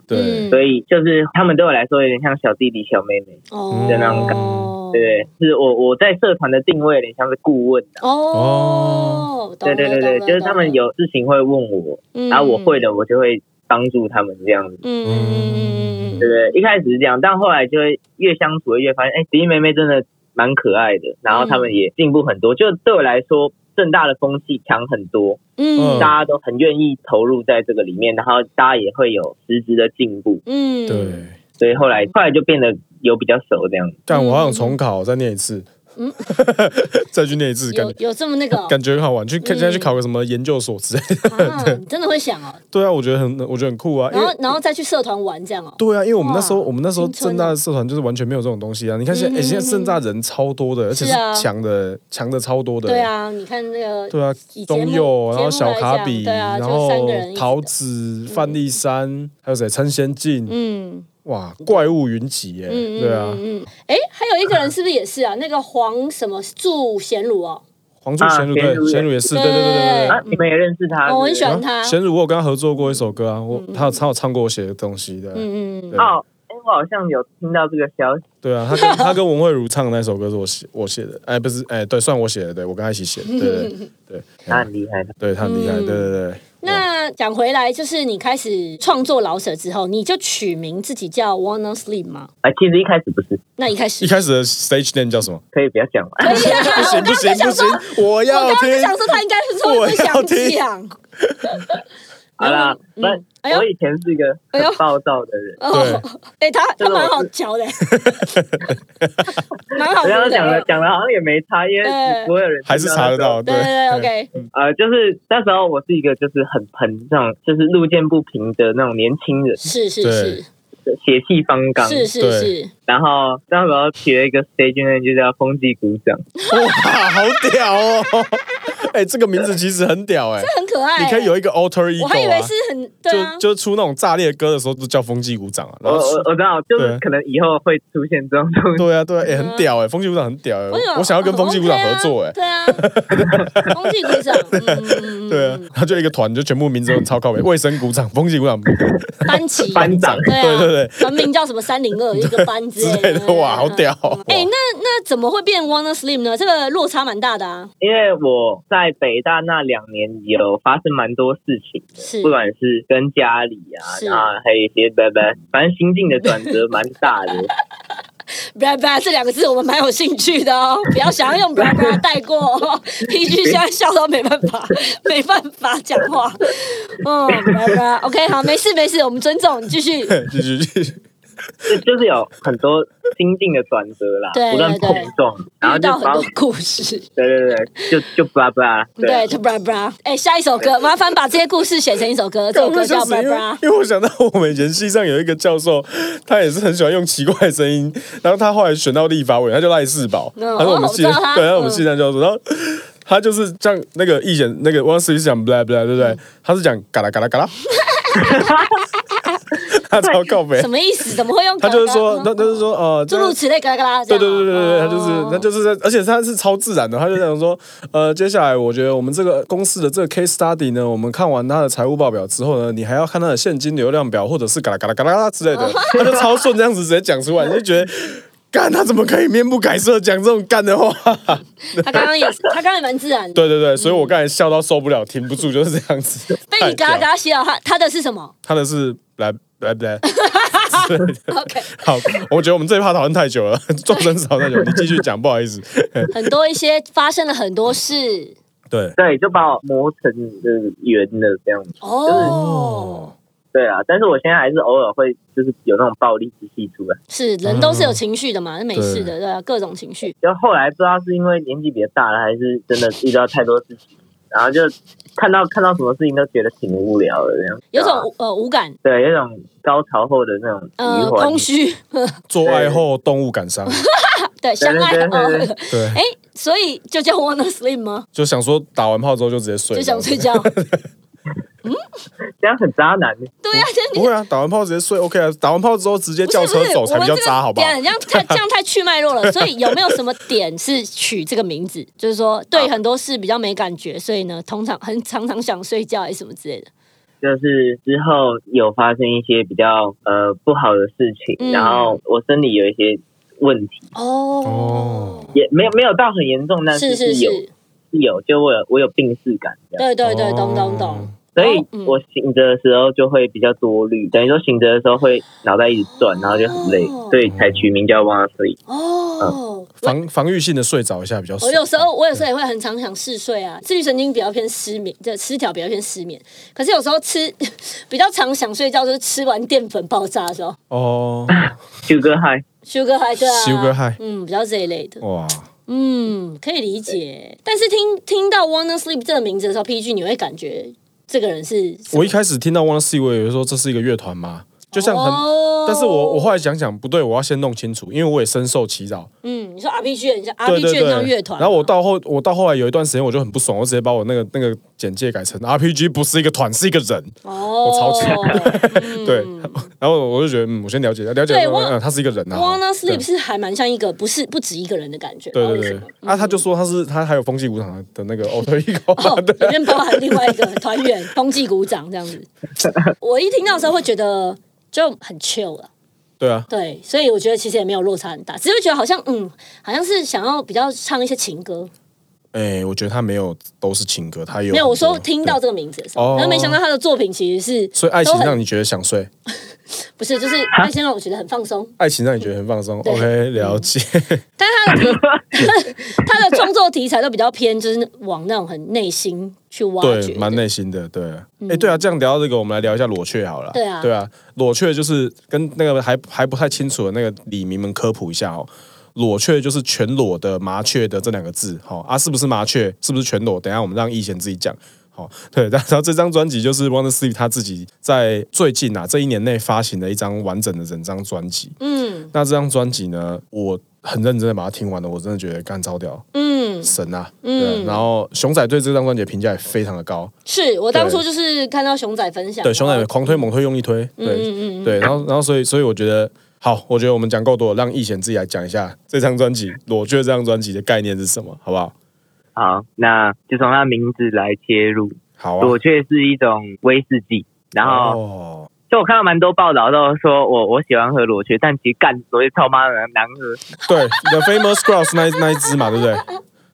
Speaker 1: 对，
Speaker 2: 嗯
Speaker 3: 所以就是他们对我来说有点像小弟弟小妹妹，
Speaker 2: 哦，
Speaker 3: 的那种
Speaker 1: 感
Speaker 3: 对，是我我在社团的定位有点像是顾问。
Speaker 2: 哦，懂
Speaker 3: 对
Speaker 2: 了
Speaker 3: 对对对，就是他们，有事情会问我，
Speaker 2: 懂了懂了
Speaker 3: 然后我会
Speaker 2: 嗯
Speaker 3: 的，我就会帮助他们这样子，
Speaker 2: 嗯嗯嗯嗯嗯
Speaker 3: 对不对？一开始是这样，但后来就会越相处会越发现，哎，迪弟妹妹真的蛮可爱的，然后他们也进步很多。就对我来说，正大的风气强很多，
Speaker 2: 嗯
Speaker 1: 嗯
Speaker 3: 大家都很愿意投入在这个里面，然后大家也会有实质的进步，
Speaker 2: 嗯，
Speaker 1: 对。
Speaker 3: 所以后来后来就变得有比较熟这样子。
Speaker 1: 但我好想重考，再念一次，
Speaker 2: 嗯
Speaker 1: 再去念一次，感
Speaker 2: 有嗯有这么那个哦
Speaker 1: 感觉很好玩。去看，现在去考个什么研究所之类 的。
Speaker 2: 啊，你真的会想哦，
Speaker 1: 对啊，我觉得很，我觉得很酷啊。因
Speaker 2: 然
Speaker 1: 为
Speaker 2: 后然后再去社团玩这样哦，
Speaker 1: 对啊，因为我们那时候，
Speaker 2: 哇
Speaker 1: 我们那时候
Speaker 2: 青春啊
Speaker 1: 正大的社团就是完全没有这种东西啊。你看现在，
Speaker 2: 嗯
Speaker 1: 哎，
Speaker 2: 哼
Speaker 1: 现在正大人超多的，而且是
Speaker 2: 是啊
Speaker 1: 强的，强的超多的。
Speaker 2: 对，啊，你看那个
Speaker 1: 对啊
Speaker 2: 以，节目
Speaker 1: 中佑，然后小卡比，
Speaker 2: 节目来讲对啊
Speaker 1: 然
Speaker 2: 就
Speaker 1: 后
Speaker 2: 三个人一起的
Speaker 1: 桃子、范立山，还有谁？陈贤进，
Speaker 2: 嗯
Speaker 1: 哇，怪物云集耶！
Speaker 2: 嗯嗯
Speaker 1: 对啊，
Speaker 2: 嗯，嗯哎，还有一个人是不是也是啊？那个黄什么祝贤儒哦，
Speaker 1: 黄柱贤儒
Speaker 3: 啊贤
Speaker 1: 对，
Speaker 3: 儒
Speaker 1: 贤儒也是，对
Speaker 2: 对
Speaker 1: 对对对对对
Speaker 2: 对
Speaker 3: 啊，你们也认识他？
Speaker 2: 嗯哦我很喜欢
Speaker 1: 啊
Speaker 2: 他嗯
Speaker 1: 贤如我有跟他合作过一首歌啊，我他有他有唱过我写的东西的，
Speaker 2: 嗯嗯
Speaker 1: 对
Speaker 2: 嗯，
Speaker 3: 哦。哎，我好像有听到这个消息，
Speaker 1: 对啊，他跟 他跟文慧茹唱的那首歌是我写我写的，哎不是哎对，算我写的，对我跟他一起 写的，对对对
Speaker 3: 他啊很厉害的。
Speaker 1: 对，他很厉害，
Speaker 2: 嗯
Speaker 1: 对对对。哇
Speaker 2: 那讲回来，就是你开始创作老舍之后，你就取名自己叫 Wanna Sleep 吗？
Speaker 3: 啊，其实一开始不是，
Speaker 2: 那一 开
Speaker 1: 一
Speaker 2: 始，
Speaker 1: 开始的 stage name 叫什么？
Speaker 3: 可以不要讲吗？
Speaker 2: 可以啊
Speaker 1: 不行 不行
Speaker 2: 我刚刚在
Speaker 1: 不
Speaker 2: 想说
Speaker 1: 行，我
Speaker 2: 我
Speaker 1: 要
Speaker 2: 刚刚
Speaker 1: 听
Speaker 2: 就。想说他应该是 说不想讲，
Speaker 3: 好啦，
Speaker 2: 嗯
Speaker 3: 那、
Speaker 2: 哎呦
Speaker 3: 我以前是一个
Speaker 2: 哎呦
Speaker 3: 很暴躁的人，
Speaker 2: 哦， 哎、他
Speaker 3: 这
Speaker 2: 他
Speaker 3: 个我
Speaker 2: 蛮好瞧的、 蛮好
Speaker 3: 我
Speaker 2: 聊
Speaker 3: 刚刚讲了
Speaker 2: 的。
Speaker 3: 讲了，好像也没差，因为
Speaker 2: 对
Speaker 3: 所有人
Speaker 1: 还是查得到，
Speaker 3: 到。
Speaker 2: 对
Speaker 1: 对
Speaker 2: 对，OK，
Speaker 3: 呃，就是那时候我是一个就是很膨胀，就是路见不平的那种年轻人，
Speaker 2: 是是
Speaker 1: 对
Speaker 2: 是
Speaker 3: 血气方刚。
Speaker 2: 是是
Speaker 1: 对
Speaker 2: 是，
Speaker 3: 然后那时候起了一个 stage name 就叫风纪鼓掌，
Speaker 1: 哇，好屌哦！ 哎，这个名字其实很屌哎，
Speaker 2: 很可爱、
Speaker 1: 你可以有一个 alter
Speaker 2: 我还以
Speaker 1: ego
Speaker 2: 为
Speaker 1: 啊
Speaker 2: 是，很对啊
Speaker 1: 就，就出那种炸裂的歌的时候就叫风纪鼓掌啊，
Speaker 3: 我
Speaker 1: 然后出
Speaker 3: 我我知道，就是
Speaker 1: 对
Speaker 3: 可能以后会出现这种东西。
Speaker 1: 对啊，对啊，也、
Speaker 2: 嗯
Speaker 1: 很屌哎、风纪鼓掌很屌哎、
Speaker 2: 有
Speaker 1: 我想要跟风纪鼓掌合作哎、
Speaker 2: OK 啊对啊，风纪鼓掌，嗯嗯 嗯，
Speaker 1: 对啊，他就一个团，就全部名字都超靠北，卫生鼓掌、风纪鼓掌
Speaker 2: 班级
Speaker 3: 班长
Speaker 2: 对啊，
Speaker 1: 对对对
Speaker 2: 团名叫什么 三零二一个班之
Speaker 1: 之类的，哇，好！屌、哦！
Speaker 2: 哎、那那怎么会变 Wanna Slim 呢？这个落差蛮大的啊，
Speaker 3: 因为我在北大那两年有发生蛮多事情的，
Speaker 2: 是
Speaker 3: 不管是跟家里啊
Speaker 2: 是，
Speaker 3: 啊，还有一些拜拜，反正心境的转折蛮大的。
Speaker 2: bra bra 这两个字我们蛮有兴趣的哦，不要想要用 bra bra 带过、哦。PG 现在笑到没办法，没办法讲话。嗯，bra bra OK 好，没事没事，我们尊重你继续。
Speaker 1: 继续继续，
Speaker 3: 就就是有很多心境的转折啦，
Speaker 2: 对
Speaker 3: 不断碰撞，然后
Speaker 2: 遇
Speaker 3: 就
Speaker 2: 到很
Speaker 3: 把我
Speaker 2: 多故事，
Speaker 3: 对对对，就就巴拉巴拉，
Speaker 2: 对，就 bra bra。哎，下一首歌，麻烦把这些故事写成一首歌，这首
Speaker 1: 我快
Speaker 2: 歌
Speaker 1: 笑
Speaker 2: 叫
Speaker 1: 死
Speaker 2: bra
Speaker 1: 因为
Speaker 2: bra。
Speaker 1: 因为我想到我们以前系上有一个教授，他也是很喜欢用奇怪的声音，然后他后来选到立法委，他就赖世宝，
Speaker 2: 嗯
Speaker 1: 他是我们系的
Speaker 2: 哦我知道他
Speaker 1: 对，他是我们
Speaker 2: 嗯
Speaker 1: 系上教授，然后。他就是像那个易贤，那个汪思雨是讲 blah blah，对不
Speaker 2: 嗯
Speaker 1: 对？他是讲嘎啦嘎啦嘎啦， 他超靠北
Speaker 2: 什，么意思？怎么会用？嗯
Speaker 1: 他就是说，那他就是说，呃，
Speaker 2: 诸如此类，嘎啦嘎啦。
Speaker 1: 对对对
Speaker 2: 这
Speaker 1: 对
Speaker 2: 样
Speaker 1: 对，
Speaker 2: 啊
Speaker 1: 他就是，他就是在，而且他是超自然的，他就想说，呃，接下来我觉得我们这个公司的这个 case study 呢，我们看完他的财务报表之后呢，你还要看他的现金流量表，或者是嘎啦嘎啦嘎啦嘎啦之类的，他就超顺这样子直接讲出来，你就觉得，干他怎么可以面不改色讲这种干的话？
Speaker 2: 他刚刚也是，他刚刚也蛮自然的。
Speaker 1: 对对对，所以我刚才笑到受不了，停不住就是这样子。
Speaker 2: 被你嘎啦
Speaker 1: 太
Speaker 2: 嘎
Speaker 1: 屌，
Speaker 2: 啦洗脑，他他的是什 么
Speaker 1: 他的是来来来。
Speaker 2: ？OK。
Speaker 1: 好，我觉得我们这一趴讨论太久了， 众生讨论太久，你继续讲，不好意思。
Speaker 2: 很多一些发生了很多事
Speaker 1: 对，
Speaker 3: 对，就把我磨成就是圆的这样子。
Speaker 1: 嗯
Speaker 2: 哦，
Speaker 3: 对啊，但是我现在还是偶尔会就是有那种暴力之气出来。
Speaker 2: 是人都是有情绪的嘛，那没事
Speaker 1: 嗯
Speaker 2: 的，对啊，各种情绪，
Speaker 3: 就后来不知道是因为年纪比较大了，还是真的遇到太多事情，然后就看到看到什么事情都觉得挺无聊的这样。啊
Speaker 2: 有种
Speaker 1: 啊
Speaker 2: 呃无感，
Speaker 3: 对，有种高潮后的那种
Speaker 2: 呃
Speaker 3: 余
Speaker 2: 空
Speaker 3: 欢。
Speaker 2: 虚，
Speaker 1: 做爱后动物感伤，
Speaker 2: 对，相爱的
Speaker 3: 对对
Speaker 2: 哦。
Speaker 1: 对，
Speaker 2: 哎，所以就叫 Wanna Slim 吗？
Speaker 1: 就想说打完炮之后就直接睡，
Speaker 2: 就想睡
Speaker 1: 这样子。
Speaker 2: 觉。
Speaker 3: 这样很渣男。欸
Speaker 2: 对呀，这
Speaker 1: 不会啊，打完炮直接睡 OK 啊，打完炮之后直接叫
Speaker 2: 不是
Speaker 1: 车
Speaker 2: 不是
Speaker 1: 走才比较渣，好不好
Speaker 2: 我？们这个这样太这样太去脉络 了。所以有没有什么点是取这个名字？就是说对很多事比较没感觉，所以呢，通常很常常想睡觉，还是什么之类的。
Speaker 3: 就是之后有发生一些比较呃不好的事情，
Speaker 2: 嗯
Speaker 3: 然后我生理有一些问题，
Speaker 2: 哦，
Speaker 3: 也没有没有到很严重，但
Speaker 2: 是
Speaker 3: 是
Speaker 2: 是
Speaker 3: 有
Speaker 2: 是，
Speaker 3: 是有，就我有我有病逝感这
Speaker 2: 对
Speaker 3: 样。
Speaker 2: 对对，
Speaker 1: 哦
Speaker 2: 懂懂懂。。
Speaker 3: 所以
Speaker 2: 哦嗯
Speaker 3: 我醒着的时候就会比较多虑，等于说醒着的时候会脑袋一直转，然后就很累
Speaker 2: 哦，
Speaker 3: 所以才取名叫 Wanna Sleep。
Speaker 2: 哦，我
Speaker 1: 防防御性的睡着一下比较爽
Speaker 2: 我。有时候我有时候也会很常想嗜睡啊，自律神经比较偏失眠，这失调比较偏失眠。可是有时候吃 比较常想睡觉，就是吃完淀粉爆炸的时候
Speaker 1: 哦，
Speaker 3: Sugar High，
Speaker 2: ，sugar high 对啊
Speaker 1: Sugar high 哦
Speaker 2: 嗯，比较这一类的，
Speaker 1: 哇，
Speaker 2: 嗯，可以理解。但是听听到 wanna sleep 这个名字的时候，PG 你会感觉这个人是
Speaker 1: 我一开始听到 One C，我以为说这是一个乐团嘛，就像很，
Speaker 2: 哦
Speaker 1: 但是我我后来想想不对，我要先弄清楚，因为我也深受其扰。
Speaker 2: 嗯，你说 RPG 很像
Speaker 1: 对
Speaker 2: RPG
Speaker 1: 对
Speaker 2: 很像
Speaker 1: 对
Speaker 2: 乐，团嘛，啊
Speaker 1: 然后我到后我到后来有一段时间我就很不爽，我直接把我那个那个简介改成 RPG 不是一个团，是一个人。
Speaker 2: 哦，
Speaker 1: 我超气
Speaker 2: 嗯
Speaker 1: 对，然后我就觉得，嗯，我先了解一下，了解一下，
Speaker 2: 对我
Speaker 1: 嗯，他是一个人啊。
Speaker 2: Wanna Sleep
Speaker 1: 对
Speaker 2: 是还蛮像一个不是不止一个人的感觉，
Speaker 1: 对
Speaker 2: 不知道为
Speaker 1: 对
Speaker 2: 什
Speaker 1: 对
Speaker 2: 么，
Speaker 1: 啊，他就说他是他还有风纪股长的那个 alter ego，嘛
Speaker 2: 哦，
Speaker 1: 对啊
Speaker 2: 里面包含另外一个团员风纪鼓掌这样子。我一听到的时候会觉得就很 chill 了，
Speaker 1: 对啊，
Speaker 2: 对，所以我觉得其实也没有落差很大，只是觉得好像嗯，好像是想要比较唱一些情歌。
Speaker 1: 哎，我觉得他没有都是情歌，他有
Speaker 2: 没有，我
Speaker 1: 很多
Speaker 2: 说听到，这个名字的时候，
Speaker 1: 哦
Speaker 2: 然后没想到他的作品其实是
Speaker 1: 对所以爱情
Speaker 2: 都很
Speaker 1: 让你觉得想睡，
Speaker 2: 不是，就是他先让我觉得很放松。
Speaker 1: 爱情让你觉得很放松
Speaker 2: 对
Speaker 1: ，OK，了解。
Speaker 2: 但他的题，他的创作题材都比较偏，就是往那种很内心去挖掘
Speaker 1: 对，
Speaker 2: 的，
Speaker 1: 蛮内心的，对。哎、对啊，这样聊到这个，我们来聊一下裸雀好了。
Speaker 2: 嗯对啊
Speaker 1: 对啊，裸雀就是跟那个还还不太清楚的那个李民们科普一下哦。裸雀就是全裸的麻雀的这两个字，好、啊，是不是麻雀？是不是全裸？等一下我们让易贤自己讲。好、对，然后这张专辑就是 Wonder Sleep 他自己在最近啊这一年内发行的一张完整的整张专辑。
Speaker 2: 嗯
Speaker 1: 那这张专辑呢，我很认真的把它听完了，我真的觉得干超屌，
Speaker 2: 嗯，
Speaker 1: 神啊！
Speaker 2: 嗯
Speaker 1: 对。然后熊仔对这张专辑的评价也非常的高，是
Speaker 2: 是我当初就是看到熊仔分享，
Speaker 1: 对，熊
Speaker 2: 然
Speaker 1: 仔
Speaker 2: 后
Speaker 1: 狂推猛推用力推，对、
Speaker 2: 嗯嗯嗯嗯，
Speaker 1: 对，然后然后所以所以我觉得好，我觉得我们讲够多了，让易贤自己来讲一下这张专辑《裸雀》这张专辑的概念是什么，好不好？
Speaker 3: 好，那就从它名字来切入。
Speaker 1: 好啊
Speaker 3: 裸，雀是一种威士忌，然后
Speaker 1: 哦，
Speaker 3: 就我看到蛮多报道都说我我喜欢喝裸雀，但其实干所谓超妈的难喝。
Speaker 1: 对，The Famous Grouse 那一那一只嘛，对不对？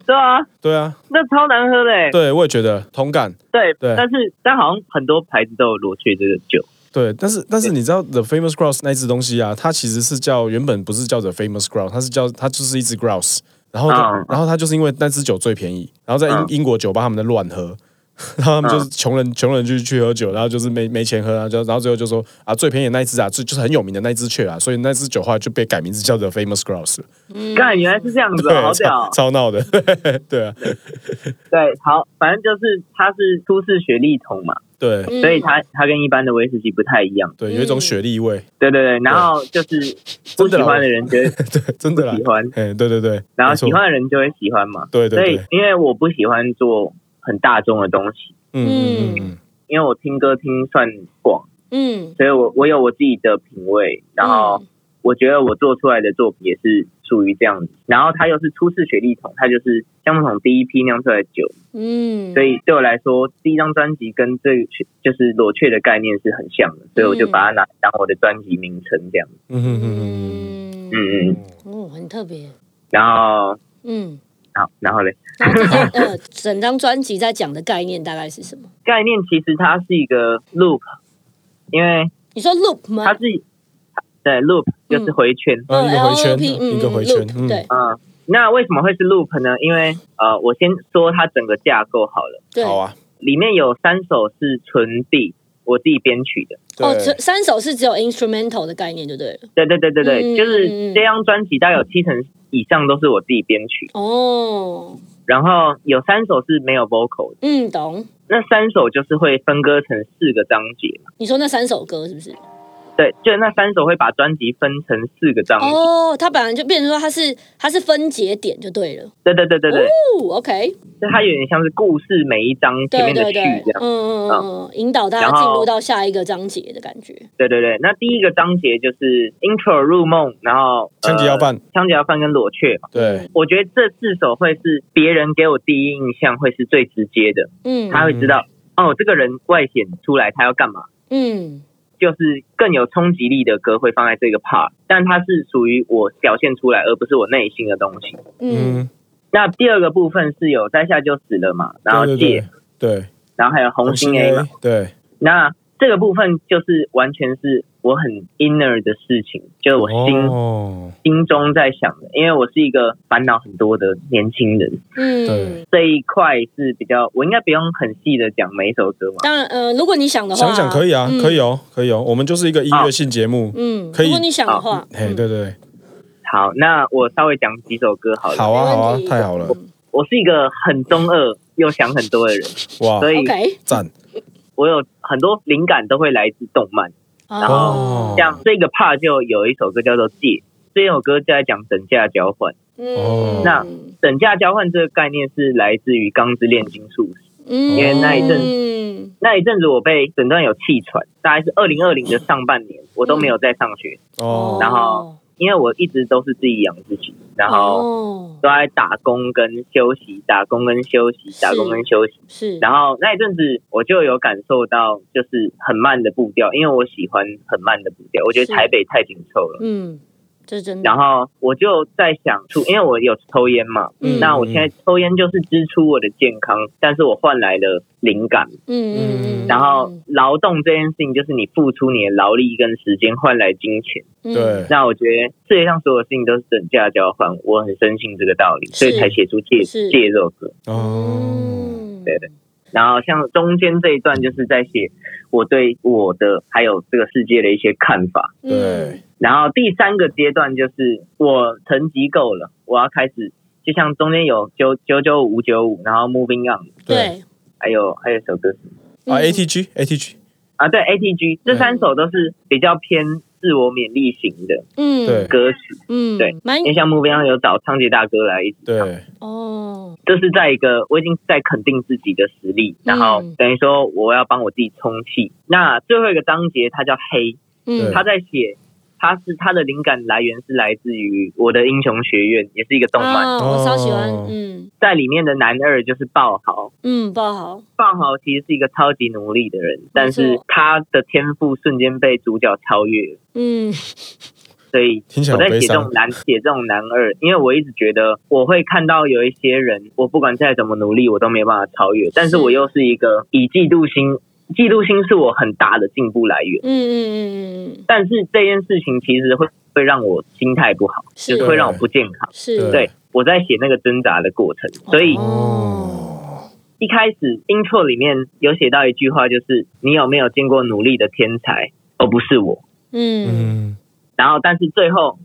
Speaker 3: 对啊，
Speaker 1: 对啊，
Speaker 3: 那超难喝的欸。
Speaker 1: 对我也觉得同感。
Speaker 3: 对
Speaker 1: 对
Speaker 3: 但是但好像很多牌子都有裸雀这个酒。
Speaker 1: 对，但是但是你知道 The Famous Grouse 那一只东西啊，它其实是叫原本不是叫 The Famous Grouse，它是叫它就是一只 grouse，然后就、
Speaker 3: 嗯
Speaker 1: 然后它就是因为那只酒最便宜，然后在英、
Speaker 3: 嗯
Speaker 1: 英国酒吧他们在乱喝， 然后他们
Speaker 3: 啊
Speaker 1: 就是穷人穷人就去喝酒，然后就是没没钱喝，然后就然后最后就说啊最便宜的那一只啊，最就是很有名的那一只雀啊，所以那只酒后来就被改名字叫 The Famous Grouse，了
Speaker 2: 嗯
Speaker 3: 干、原来是这样子哦，好
Speaker 1: 对，
Speaker 3: 屌
Speaker 1: 超
Speaker 3: 哦。
Speaker 1: 超闹的， 对啊，
Speaker 3: 对，好，反正就是它是都市雪莉桶嘛，
Speaker 1: 对
Speaker 2: 嗯
Speaker 3: 所以它它跟一般的威士忌不太一样。
Speaker 1: 对，有一种雪莉味，
Speaker 3: 对对对，然后就是不
Speaker 1: 哦
Speaker 3: 喜欢的人觉得
Speaker 1: 对，真的啦
Speaker 3: 不喜，欢，
Speaker 1: 哎，对对对，
Speaker 3: 然后
Speaker 1: 没错
Speaker 3: 喜，欢的人就会喜欢嘛。
Speaker 1: 对对
Speaker 3: 所以
Speaker 1: 对，
Speaker 3: 因为我不喜欢做很大众的东西，
Speaker 1: 嗯嗯嗯嗯，
Speaker 3: 因为我听歌听算广，
Speaker 2: 嗯，
Speaker 3: 所以我我有我自己的品味，然后。我觉得我做出来的作品也是属于这样子。然后它又是初次雪莉桶，它就是橡木桶第一批酿出来的酒，
Speaker 2: 嗯，
Speaker 3: 所以对我来说，第一张专辑跟这就是裸雀的概念是很像的，所以我就把它拿来当我的专辑名称这样。
Speaker 1: 嗯嗯嗯嗯
Speaker 2: 嗯
Speaker 3: 嗯嗯，
Speaker 2: 哦，很特别，
Speaker 3: 然后
Speaker 2: 嗯。
Speaker 3: 好，然后嘞，
Speaker 2: 然后这 张呃，整张专辑在讲的概念大概是什么？
Speaker 3: 概念其实它是一个 loop，因为
Speaker 2: 你说 loop 吗
Speaker 3: 它？是对 loop 就是回圈，
Speaker 1: 啊，一个回圈，
Speaker 2: LOOP 嗯
Speaker 1: 一个回圈，
Speaker 2: loop，
Speaker 1: 嗯，
Speaker 2: 对
Speaker 3: 嗯。那为什么会是 loop 呢？因为呃，我先说它整个架构好了。
Speaker 2: 对，
Speaker 1: 好
Speaker 2: 哦，
Speaker 1: 啊，
Speaker 3: 里面有三首是纯地，我自己编曲的。
Speaker 2: 哦这三首是只有 instrumental 的概念，就对了。
Speaker 3: 对对对对对，
Speaker 2: 嗯
Speaker 3: 就是这张专辑大概有七成以上都是我自己编曲，
Speaker 2: 哦，
Speaker 3: 然后有三首是没有 vocal 的。
Speaker 2: 嗯，懂。
Speaker 3: 那三首就是会分割成四个章节嘛。
Speaker 2: 你说那三首歌是不是？
Speaker 3: 对对，就那三首会把专辑分成四个章节。
Speaker 2: 哦，它本来就变成说它是它是分节点就对了。
Speaker 3: 对对对对对，
Speaker 2: 哦，OK，
Speaker 3: 就它有点像是故事每一章前
Speaker 2: 对
Speaker 3: 面的
Speaker 2: 对
Speaker 3: 序
Speaker 2: 对，嗯
Speaker 3: 这样。
Speaker 2: 嗯嗯嗯，引导大家
Speaker 3: 然后
Speaker 2: 进入到下一个章节的感觉。
Speaker 3: 对对对，那第一个章节就是 Intro 入梦，然后
Speaker 1: 枪击要，
Speaker 3: 呃
Speaker 1: 犯，
Speaker 3: 枪击要犯跟裸雀嘛。
Speaker 1: 对，
Speaker 3: 我觉得这四首会是别人给我第一印象会是最直接的，
Speaker 2: 嗯
Speaker 3: 他会知道、哦，这个人外显出来他要干嘛，
Speaker 2: 嗯
Speaker 3: 就是更有冲击力的歌会放在这个 part，但它是属于我表现出来，而不是我内心的东西。
Speaker 2: 嗯
Speaker 1: 嗯，
Speaker 3: 那第二个部分是有摘下就死了嘛，然后
Speaker 1: 对
Speaker 3: 戒，
Speaker 1: 对对，对
Speaker 3: 然后还有红心 A 嘛，，
Speaker 1: 对，
Speaker 3: 那这个部分就是完全是我很 inner 的事情，就是我心、
Speaker 1: 哦，
Speaker 3: 心中在想的，因为我是一个烦恼很多的年轻人，
Speaker 2: 嗯
Speaker 1: 对。
Speaker 3: 这一块是比较，我应该不用很细的讲每一首歌嘛。
Speaker 2: 当然，呃，如果你想的话，
Speaker 1: 想想可以啊
Speaker 2: 嗯，
Speaker 1: 可以。哦，可以哦，我们就是一个音乐性节目，
Speaker 2: 嗯，
Speaker 1: 可以
Speaker 2: 如果你想的话，
Speaker 1: 嘿，
Speaker 2: 嗯
Speaker 1: 对对，
Speaker 3: 好，那我稍微讲几首歌好了。
Speaker 1: 好啊好啊
Speaker 2: 没问，题
Speaker 1: 太好了，
Speaker 3: 我是一个很中二又想很多的人，
Speaker 1: 哇，
Speaker 3: 所以
Speaker 2: ，OK，
Speaker 1: 赞，
Speaker 3: 我有很多灵感都会来自动漫。
Speaker 2: 然哦
Speaker 1: 后
Speaker 3: 像这个 part 就有一首歌叫做《借》，这首歌就在讲等价交换。
Speaker 1: 哦
Speaker 3: 那等价交换这个概念是来自于《钢之炼金术师》。
Speaker 2: 因
Speaker 1: 因为那一阵
Speaker 2: 阵，
Speaker 3: 那一阵子我被诊断有气喘，大概是二零二零的上半年，我都没有在上学，
Speaker 1: 哦，
Speaker 3: 然后因为我一直都是自己养自己，然后
Speaker 2: 哦，
Speaker 3: 都在打工跟休息，打工跟休息，打工跟休息。
Speaker 2: 是，
Speaker 3: 然后那一阵子我就有感受到，就是很慢的步调，因为我喜欢很慢的步调，我觉得
Speaker 2: 是
Speaker 3: 台北太紧凑了。
Speaker 2: 嗯，这是真的，
Speaker 3: 然后我就在想出，因为我有抽烟嘛，
Speaker 2: 嗯
Speaker 3: 那我现在抽烟就是支出我的健康，但是我换来了灵感。
Speaker 2: 嗯嗯嗯，
Speaker 3: 然后劳动这件事情，就是你付出你的劳力跟时间换来金钱。
Speaker 2: 嗯
Speaker 1: 对，
Speaker 3: 那我觉得世界上所有事情都是等价交换，我很深信这个道理，所以
Speaker 2: 是
Speaker 3: 才写出借《
Speaker 2: 是
Speaker 3: 借借》这首歌。
Speaker 1: 哦，
Speaker 2: 嗯
Speaker 3: 对然后像中间这一段，就是在写我对我的还有这个世界的一些看法。
Speaker 1: 对，
Speaker 3: 然后第三个阶段就是我成绩够了，我要开始，就像中间有九九九五五九五，然后 Moving On，
Speaker 1: 对
Speaker 2: 对嗯
Speaker 3: 还有还有一首歌是
Speaker 1: 啊，ATG ATG，
Speaker 3: 啊，对 ATG 这三首都是比较偏自我勉励型的
Speaker 2: 嗯
Speaker 1: 对
Speaker 3: 歌曲，
Speaker 2: 嗯
Speaker 3: 对，
Speaker 2: 蛮
Speaker 3: 因为像 Moving On 有找仓颉大哥来，
Speaker 1: 对，
Speaker 2: 哦
Speaker 3: 这是在一个我已经在肯定自己的实力，然后
Speaker 2: 嗯
Speaker 3: 等于说我要帮我自己充气。那最后一个章节它叫黑，
Speaker 2: 嗯
Speaker 1: 对
Speaker 3: 他在写。他是他的灵感来源是来自于我的英雄学院，也是一个动漫。
Speaker 2: 啊我超喜欢，
Speaker 1: 哦
Speaker 2: 嗯
Speaker 3: 在里面的男二就是鲍豪，
Speaker 2: 嗯，不好，
Speaker 3: 鲍豪其实是一个超级努力的人，但嗯是
Speaker 2: 错
Speaker 3: 他的天赋瞬间被主角超越，
Speaker 2: 嗯
Speaker 3: 所以
Speaker 1: 听起来
Speaker 3: 我
Speaker 1: 好
Speaker 3: 在
Speaker 1: 悲
Speaker 3: 写这
Speaker 1: 伤
Speaker 3: 种，男写这种男二，因为我一直觉得我会看到有一些人，我不管再怎么努力，我都没办法超越，但是我又是一个以嫉妒心，嫉妒心是我很大的进步来源
Speaker 2: 嗯，嗯嗯嗯，
Speaker 3: 但是这件事情其实会会让我心态不好，
Speaker 2: 是
Speaker 3: 就是会让我不健康。
Speaker 2: 是，
Speaker 1: 对
Speaker 3: 对，我在写那个挣扎的过程，所以
Speaker 2: 哦，
Speaker 3: 一开始 intro 里面有写到一句话，就是你有没有见过努力的天才，而不是我。
Speaker 2: 嗯
Speaker 1: 嗯，
Speaker 3: 然后，但是最后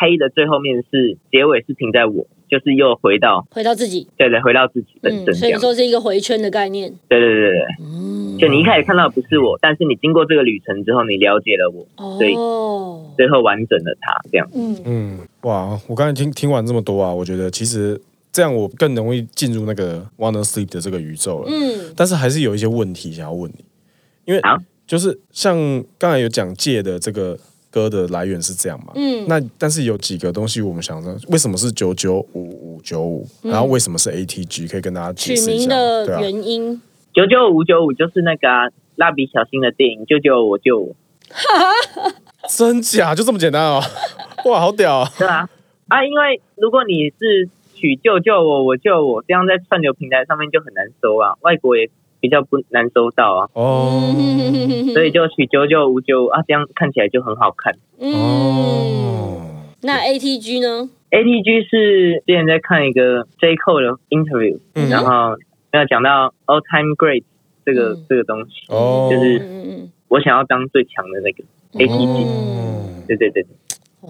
Speaker 3: 黑的最后面是结尾是停在我，就是又回到
Speaker 2: 回到自己，
Speaker 3: 对对，回到自己本
Speaker 2: 嗯，
Speaker 3: 身
Speaker 2: 所
Speaker 3: 这
Speaker 2: 以
Speaker 3: 样。
Speaker 2: 说是一个回圈的概念，
Speaker 3: 对对对对，
Speaker 2: 嗯
Speaker 3: 就你一开始看到的不是我，但是你经过这个旅程之后，你了解了我，对
Speaker 2: 哦，
Speaker 3: 最后完整了他这样。
Speaker 2: 嗯
Speaker 1: 嗯，哇，我刚才听听完这么多啊，我觉得其实这样我更容易进入那个 Wanna Sleep 的这个宇宙了。
Speaker 2: 嗯
Speaker 1: 但是还是有一些问题想要问你，因为
Speaker 3: 好
Speaker 1: 就是像刚才有讲借的这个歌的来源是这样嘛，
Speaker 2: 嗯，
Speaker 1: 那但是有几个东西我们想说，为什么是九九五五九五，然后为什么是 ATG，可以跟大家解
Speaker 2: 嗯取
Speaker 1: 释一
Speaker 2: 名
Speaker 1: 下，
Speaker 2: 的
Speaker 1: 对啊，
Speaker 2: 原因，
Speaker 3: 九九五九五就是那个啊、蜡笔小新的电影《救救我救我》，
Speaker 1: 真假就这么简单 哦，哇，好屌、啊，
Speaker 3: 对啊，啊，因为如果你是取救救我，我救我，这样在串流平台上面就很难搜啊，外国也比较不难搜到啊，
Speaker 1: 哦，
Speaker 2: 嗯，
Speaker 3: 所以就取九九五九啊，这样看起来就很好看。
Speaker 2: 嗯，
Speaker 1: 哦，
Speaker 2: 那 ATG 呢？
Speaker 3: ATG 是之前在看一个 J Cole 的 interview，、
Speaker 1: 嗯
Speaker 3: 然后要讲到 all time great 这个、
Speaker 2: 嗯
Speaker 3: 这个东西，
Speaker 1: 哦
Speaker 3: 就是
Speaker 2: 嗯
Speaker 3: 我想要当最强的那个 ATG，、
Speaker 1: 哦
Speaker 3: 对对对对。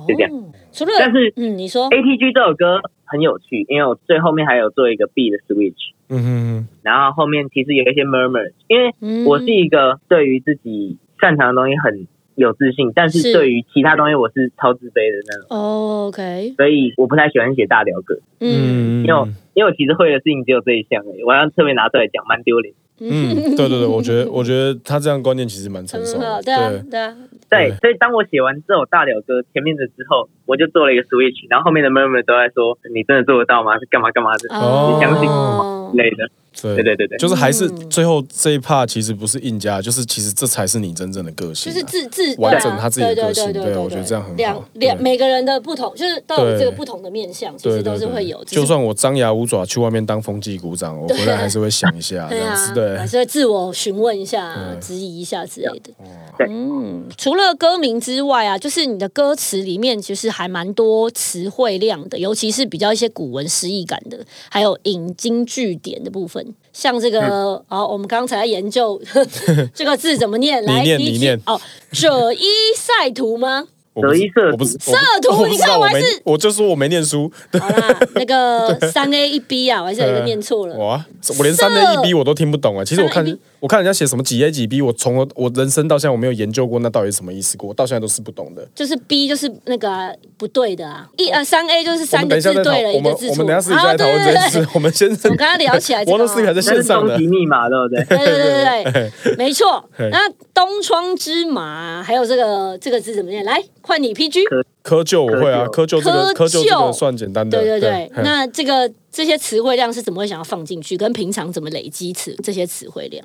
Speaker 3: 就这样
Speaker 2: 样。哦除了
Speaker 3: 但是
Speaker 2: 嗯，你说
Speaker 3: ATG 这首歌很有趣，因为我最后面还有做一个 B 的 switch，
Speaker 1: 嗯哼
Speaker 3: 然后后面其实有一些 murmur，因为
Speaker 2: 嗯
Speaker 3: 我是一个对于自己擅长的东西很有自信，但
Speaker 2: 是
Speaker 3: 是对于其他东西我是超自卑的那种，
Speaker 2: 哦，OK，
Speaker 3: 所以我不太喜欢写大聊歌，
Speaker 2: 嗯
Speaker 1: 嗯，
Speaker 3: 因为我因为我其实会的事情只有这一项而已，我要特别拿出来讲，蛮丢脸。
Speaker 1: 嗯， 对对对，我觉得我觉得他这样观念其实蛮成熟
Speaker 2: 很
Speaker 1: 的
Speaker 2: 好，，对啊，对啊，
Speaker 3: 对
Speaker 1: 对，
Speaker 3: 所以当我写完这首大聊歌前面的之后，我就做了一个 switch，然后后面的 murmur 都在说你真的做得到吗？是干嘛干嘛的
Speaker 1: 哦
Speaker 3: 相信
Speaker 2: 哦
Speaker 3: 之类的。
Speaker 1: 对
Speaker 3: 对对对对，
Speaker 1: 就是还是
Speaker 2: 嗯
Speaker 1: 最后这一 part 其实不是硬加，就是其实这才是你真正的个性
Speaker 2: 就
Speaker 1: 啊，
Speaker 2: 是自自
Speaker 1: 完
Speaker 2: 对啊
Speaker 1: 整他自己的
Speaker 2: 对对
Speaker 1: 个性
Speaker 2: 对
Speaker 1: 对
Speaker 2: 对，
Speaker 1: 我觉得这样很好
Speaker 2: 两两
Speaker 1: 对
Speaker 2: 每个人的不同，就是都有
Speaker 1: 对
Speaker 2: 这个不同的面相，其
Speaker 1: 对
Speaker 2: 实
Speaker 1: 对
Speaker 2: 都是
Speaker 1: 对
Speaker 2: 会有。只是
Speaker 1: 就算我张牙舞爪去外面当风纪鼓掌，我回来还是会想一 下这
Speaker 2: 对
Speaker 1: 样
Speaker 2: 啊
Speaker 1: 子，，对
Speaker 2: 还，是会自我询问一下、
Speaker 1: 对哦
Speaker 2: 质疑一下之类的。
Speaker 3: 对
Speaker 2: 嗯，除了歌名之外啊，就是你的歌词里面其实还蛮多词汇量的，尤其是比较一些古文诗意感的，还有引经据典的部分。像这个，哦，我们刚才在研究 这个字怎么念，
Speaker 1: 你
Speaker 2: 来
Speaker 1: 念
Speaker 2: 第一
Speaker 1: 你
Speaker 2: 题
Speaker 1: 念
Speaker 2: 哦， 者一塞图吗？
Speaker 1: 我不
Speaker 3: 德
Speaker 1: 是
Speaker 3: 意社
Speaker 1: 我不是
Speaker 3: 图
Speaker 1: 我不
Speaker 2: 社
Speaker 1: 我
Speaker 2: 图
Speaker 1: 不
Speaker 2: 你
Speaker 1: 知
Speaker 2: 看
Speaker 1: 道，
Speaker 2: 我
Speaker 1: 我
Speaker 2: 还
Speaker 1: 没
Speaker 2: 是，
Speaker 1: 我就说我没念书，
Speaker 2: 好啦，那 个三 A 一 B 啊，我还是有一个念错了。
Speaker 1: 哇，呃我连三的
Speaker 2: 色
Speaker 1: 一 B 我都听不懂啊。其实我看
Speaker 2: 三的一 B
Speaker 1: 我看人家写什么几 A 几 B，我从头我人生到现在我没有研究过那到底是什么意思过，我到现在都是不懂的。
Speaker 2: 就是 B 就是那个啊、不对的啊，一呃三 A 就是
Speaker 1: 我
Speaker 2: 三
Speaker 1: 们等
Speaker 2: 个
Speaker 1: 一下
Speaker 2: 字
Speaker 1: 再讨，
Speaker 2: 对了，
Speaker 1: 我
Speaker 2: 一
Speaker 1: 们
Speaker 2: 个字
Speaker 1: 我
Speaker 2: 错。
Speaker 1: 们等一下私底下
Speaker 2: 啊
Speaker 1: 来讨论这件
Speaker 2: 对对
Speaker 1: 事。我们先
Speaker 2: 我刚刚聊起来这个
Speaker 1: 王老师还在
Speaker 3: 那
Speaker 1: 线
Speaker 3: 是
Speaker 1: 上
Speaker 3: 终
Speaker 1: 的
Speaker 3: 极，密码，对不对？
Speaker 2: 对对对对对对，没错。
Speaker 1: 嘿
Speaker 2: 那东窗之麻，还有这个这个字怎么念？来，换你 PG。
Speaker 1: 窠臼我会啊，窠臼这个
Speaker 2: 窠臼
Speaker 1: 窠臼这个算简单的，
Speaker 2: 对对对，
Speaker 1: 嘿
Speaker 2: 那这个这些词汇量是怎么会想要放进去？跟平常怎么累积词这些词汇量？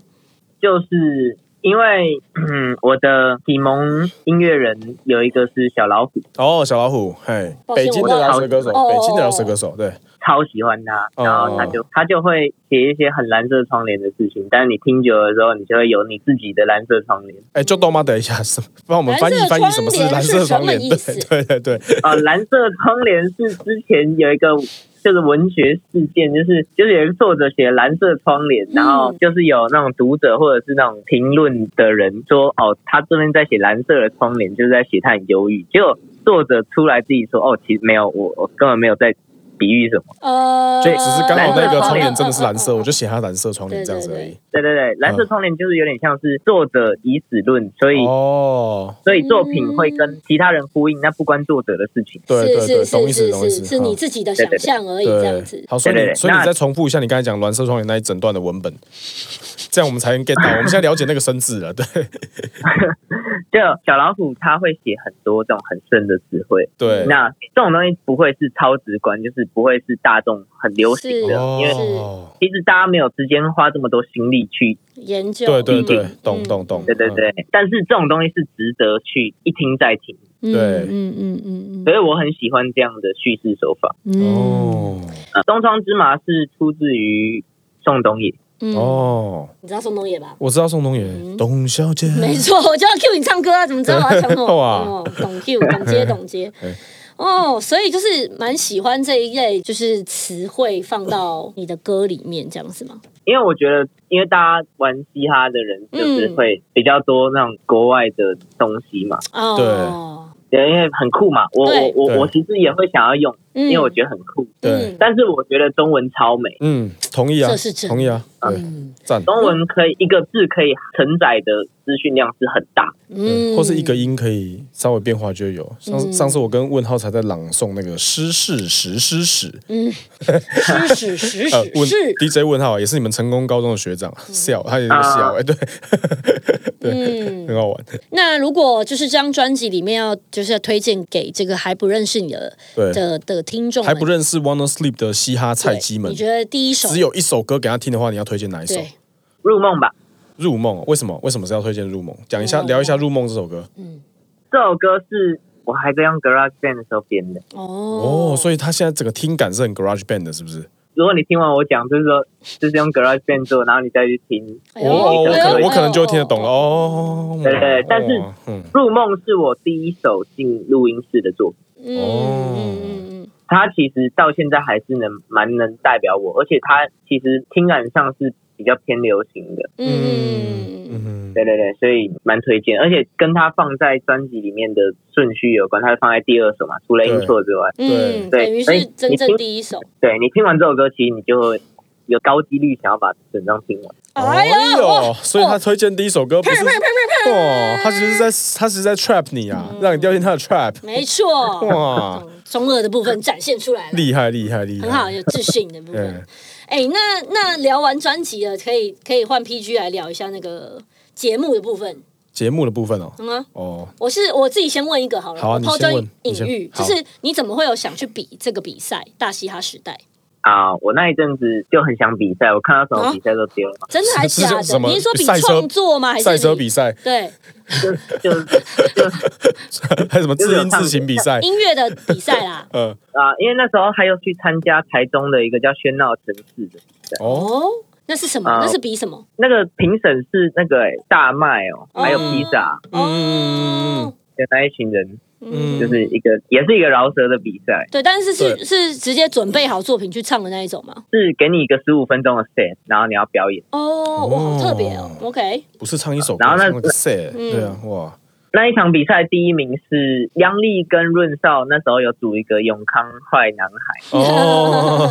Speaker 3: 就是因为嗯，我的启蒙音乐人有一个是小老虎，
Speaker 1: 哦小老虎，嘿，
Speaker 2: 抱歉
Speaker 1: 北京
Speaker 2: 我
Speaker 1: 的
Speaker 2: 忘
Speaker 1: 饶
Speaker 3: 了
Speaker 1: 舌歌手，
Speaker 2: 哦
Speaker 1: 北京的饶
Speaker 2: 哦
Speaker 1: 舌
Speaker 2: 哦
Speaker 1: 歌手，对，
Speaker 3: 超喜欢他，
Speaker 1: 哦
Speaker 3: 然后他就他就会写一些很蓝色窗帘的事情，但是你听久了之后，你就会有你自己的蓝色窗帘。
Speaker 1: 哎，就豆妈等一下，什么帮我们翻译
Speaker 2: 蓝色
Speaker 1: 翻译什么是
Speaker 2: 窗帘
Speaker 1: 蓝
Speaker 2: 是
Speaker 1: 色
Speaker 2: 什
Speaker 1: 窗
Speaker 2: 么
Speaker 1: 帘？
Speaker 2: 意
Speaker 1: 对
Speaker 2: 思
Speaker 1: 对对对，
Speaker 3: 啊，蓝色窗帘是之前有一个就是文学事件，就是就是有一个作者写蓝色窗帘，然后就是有那种读者或者是那种评论的人说，哦，他这边在写蓝色的窗帘，就是在写他很忧郁。结果作者出来自己说，哦，其实没有，我我根本没有在比喻什么。
Speaker 2: 呃，
Speaker 1: 就只是刚好那个窗帘真的是蓝色，
Speaker 2: 嗯嗯嗯嗯
Speaker 1: 我就写它蓝色窗帘这样子而
Speaker 2: 对
Speaker 1: 已。
Speaker 3: 对对对，蓝色窗帘就是有点像是作者以死论，所以、
Speaker 1: 哦，
Speaker 3: 所以作品会
Speaker 2: 嗯
Speaker 3: 跟其他人呼应，那不关作者的事情。
Speaker 1: 对对对，
Speaker 2: 是是
Speaker 1: 懂意
Speaker 2: 是
Speaker 1: 思
Speaker 2: 是
Speaker 1: 懂意思，
Speaker 2: 是，是你
Speaker 1: 嗯
Speaker 2: 自己的想象而已，这样子
Speaker 1: 对，。好，所以
Speaker 3: 对对
Speaker 1: 你
Speaker 3: 对
Speaker 1: 所以你
Speaker 3: 那
Speaker 1: 再重复一下你刚才讲蓝色窗帘那一整段的文本，这样我们才能 get 到。我们现在了解那个生字了，对
Speaker 3: 就小老虎他会写很多这种很深的词汇，
Speaker 1: 对。
Speaker 3: 那这种东西不会是超直观，就是不会是大众很流行
Speaker 2: 是
Speaker 3: 的，因为
Speaker 1: 哦，
Speaker 3: 其实大家没有时间花这么多心力去，
Speaker 2: 研究，
Speaker 1: 对对
Speaker 2: 嗯
Speaker 1: 对
Speaker 2: 嗯，
Speaker 1: 懂
Speaker 2: 嗯
Speaker 1: 懂懂，
Speaker 3: 对对
Speaker 1: 嗯，
Speaker 3: 对。但是这种东西是值得去一听再听，
Speaker 2: 嗯
Speaker 1: 对
Speaker 2: 嗯嗯嗯
Speaker 3: 所以我很喜欢这样的叙事手法。
Speaker 2: 嗯，
Speaker 1: 哦
Speaker 3: 呃东窗之麻是出自于宋冬野，
Speaker 2: 嗯，
Speaker 1: 哦，
Speaker 2: 你知道宋冬野吧？
Speaker 1: 我知道宋冬野，董小姐，
Speaker 2: 嗯没错，我就要 Q 你唱歌啊，怎么知道我 要唱什么？
Speaker 1: 哇
Speaker 2: 哦，懂 Q，懂接，懂接
Speaker 1: 哎。
Speaker 2: 哦，所以就是蛮喜欢这一类，就是词汇放到你的歌里面，这样是吗？
Speaker 3: 因为我觉得，因为大家玩嘻哈的人就是
Speaker 2: 嗯
Speaker 3: 会比较多那种国外的东西嘛，
Speaker 2: 哦，
Speaker 3: 对，因为很酷嘛。我
Speaker 2: 对
Speaker 3: 我我我
Speaker 1: 对
Speaker 3: 其实也会想要用，
Speaker 2: 嗯
Speaker 3: 因为我觉得很酷。
Speaker 1: 对，
Speaker 3: 但是我觉得中文超美。
Speaker 1: 嗯，同意啊
Speaker 2: 这是，真的
Speaker 1: 同意啊，对，
Speaker 2: 嗯
Speaker 1: 赞，
Speaker 3: 中文可以一个字可以承载的资讯量是很大，
Speaker 1: 对
Speaker 2: 嗯
Speaker 1: 或是一个音可以稍微变化就有。上
Speaker 2: 嗯
Speaker 1: 上次我跟问浩才在朗诵那个《诗事时诗史》，
Speaker 2: 嗯，是是是
Speaker 1: 呃，
Speaker 2: 是嗯
Speaker 1: 问
Speaker 2: 是，
Speaker 1: DJ 问号也是你们成功高中的学长，笑，他也是笑，
Speaker 3: 啊
Speaker 1: 哎，对，
Speaker 2: 嗯
Speaker 1: 很。好玩，
Speaker 2: 那如果就是这张专辑里面要就是要推荐给这个还不认识你的
Speaker 1: 对，
Speaker 2: 的的听众们，
Speaker 1: 还不认识 Wanna Sleep 的嘻哈菜鸡
Speaker 2: 对
Speaker 1: 们
Speaker 2: 你，觉得第一首
Speaker 1: 只有一首歌给他听的话，你要推荐哪一首？《
Speaker 2: 对，
Speaker 3: 入梦吧。
Speaker 1: 入梦》为什么？为什么是要推荐《入梦》？讲一下，
Speaker 2: 哦
Speaker 1: 聊一下《入梦》这首歌。
Speaker 2: 嗯，
Speaker 3: 这首歌是我还在用 Garage Band 的时候编的。
Speaker 2: 哦
Speaker 1: 哦，所以他现在整个听感是很 Garage Band 的，是不是？
Speaker 3: 如果你听完我讲，就是说就是用 Garage Band 做，然后你再去听。
Speaker 2: 哎呦
Speaker 1: 哦，我
Speaker 2: 哎
Speaker 1: 可
Speaker 2: 呦哎
Speaker 1: 能
Speaker 2: 呦
Speaker 1: 我可能就听得懂了哦。
Speaker 3: 对对
Speaker 1: 哇
Speaker 3: 但是
Speaker 1: 哇嗯，
Speaker 3: 入梦是我第一首进录音室的作品，
Speaker 2: 嗯
Speaker 1: 哦
Speaker 2: 嗯嗯
Speaker 3: 它其实到现在还是能蛮能代表我，而且它其实听感上是比较偏流行的。
Speaker 2: 嗯嗯嗯嗯
Speaker 1: 嗯
Speaker 3: 对对对，所以蛮推荐，而且跟它放在专辑里面的顺序有关，它放在第二首嘛，除了
Speaker 1: 对
Speaker 3: 音错之外。
Speaker 2: 嗯，
Speaker 3: 对
Speaker 2: 等于
Speaker 3: 所以
Speaker 2: 是真
Speaker 3: 你
Speaker 2: 正
Speaker 3: 听
Speaker 2: 第一首，
Speaker 3: 对你听完这首歌，其实你就会有高几率想要把整张听完。
Speaker 2: 哎呦，
Speaker 1: 呦，所以他
Speaker 2: 哇
Speaker 1: 推荐第一首歌不是哇，他其实是在他其实在 trap 你啊，让你掉进他的 trap，
Speaker 2: 嗯没错，
Speaker 1: 哇，
Speaker 2: 中二的部分展现出来了，
Speaker 1: 厉害厉害厉害，
Speaker 2: 很好，有自信的部分
Speaker 1: 嗯。
Speaker 2: 哎，那那聊完专辑了，可以可以换 PG 来聊一下那个节目的部分，
Speaker 1: 节目的部分哦，
Speaker 2: 嗯啊。
Speaker 1: 哦，
Speaker 2: 我是我自己先问一个好了，
Speaker 1: 好啊
Speaker 2: 我
Speaker 1: 你
Speaker 2: 抛
Speaker 1: 先
Speaker 2: 砖
Speaker 1: 问
Speaker 2: 引
Speaker 1: 你先
Speaker 2: 玉，就
Speaker 1: 好
Speaker 2: 是你怎么会有想去比这个比赛《大嘻哈时代》？
Speaker 3: 啊，我那一阵子就很想比赛，我看到什么比赛都丢了，
Speaker 2: 真的还
Speaker 1: 是
Speaker 2: 假
Speaker 1: 是什
Speaker 2: 的？
Speaker 1: 么
Speaker 2: 你是说比
Speaker 1: 赛车
Speaker 2: 创作吗？还是
Speaker 1: 赛车
Speaker 2: 比
Speaker 1: 比赛
Speaker 2: 对
Speaker 3: 就啊就
Speaker 1: 还有什么自音自行比赛，
Speaker 2: 音乐的比赛啦？
Speaker 1: 呃，
Speaker 3: 啊，因为那时候还有去参加台中的一个叫喧闹城市的，
Speaker 1: 哦，
Speaker 2: 哦，那是什么？
Speaker 3: 啊
Speaker 2: 那是比什么？
Speaker 3: 那个评审是那个、欸、大麦哦，
Speaker 2: 哦
Speaker 3: 还有披萨
Speaker 2: 哦
Speaker 1: 嗯，
Speaker 3: 的那一群人，
Speaker 1: 嗯
Speaker 3: 就是一个也是一个饶舌的比赛，
Speaker 2: 对，但是是
Speaker 1: 对
Speaker 2: 是直接准备好作品去唱的那一种吗？
Speaker 3: 是给你一个十五分钟的 set，然后你要表演。
Speaker 2: 哦，哇，好特别哦
Speaker 1: 哦。
Speaker 2: OK，
Speaker 1: 不是唱一首歌，
Speaker 3: 然后那
Speaker 1: 唱了个 set，
Speaker 2: 嗯
Speaker 1: 对啊， 哇，
Speaker 3: 那一场比赛第一名是央丽跟润少，那时候有组一个永康坏男 孩，
Speaker 1: 哦，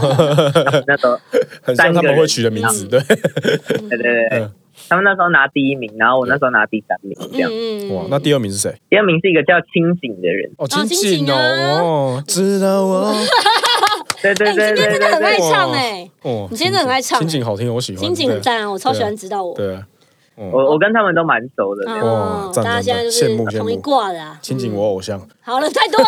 Speaker 3: 那时候
Speaker 1: 很像他们会取的名
Speaker 2: 嗯
Speaker 1: 字，对，
Speaker 3: 对对对对
Speaker 1: 嗯，
Speaker 3: 他们那时候拿第一名，然后我那时候拿第三名，这样。
Speaker 2: 嗯
Speaker 1: 哇，那第二名是谁？
Speaker 3: 第二名是一个叫清醒的人，
Speaker 1: 哦，
Speaker 2: 哦
Speaker 1: 金
Speaker 2: 金靖
Speaker 1: 靖
Speaker 2: 啊
Speaker 1: 哦，哦，知道 我，
Speaker 3: 对对
Speaker 2: 哎，你今天
Speaker 3: 对对
Speaker 2: 真的
Speaker 3: 对
Speaker 2: 很爱
Speaker 3: 对，
Speaker 2: 唱哎，
Speaker 1: 哦，
Speaker 2: 你今天真的很爱唱
Speaker 1: 金靖好听，我喜欢，
Speaker 2: 心情很
Speaker 1: 对，
Speaker 2: 赞啊，我超喜欢指导我。
Speaker 1: 对啊，哦，
Speaker 3: 我我跟他们都蛮熟的，
Speaker 2: 嗯
Speaker 1: 哇赞
Speaker 2: 大
Speaker 1: 赞
Speaker 2: 家现在就
Speaker 1: 羡慕
Speaker 2: 是
Speaker 1: 羡慕
Speaker 2: 同一挂的啊。
Speaker 1: 金靖我偶像，
Speaker 2: 好了，太多，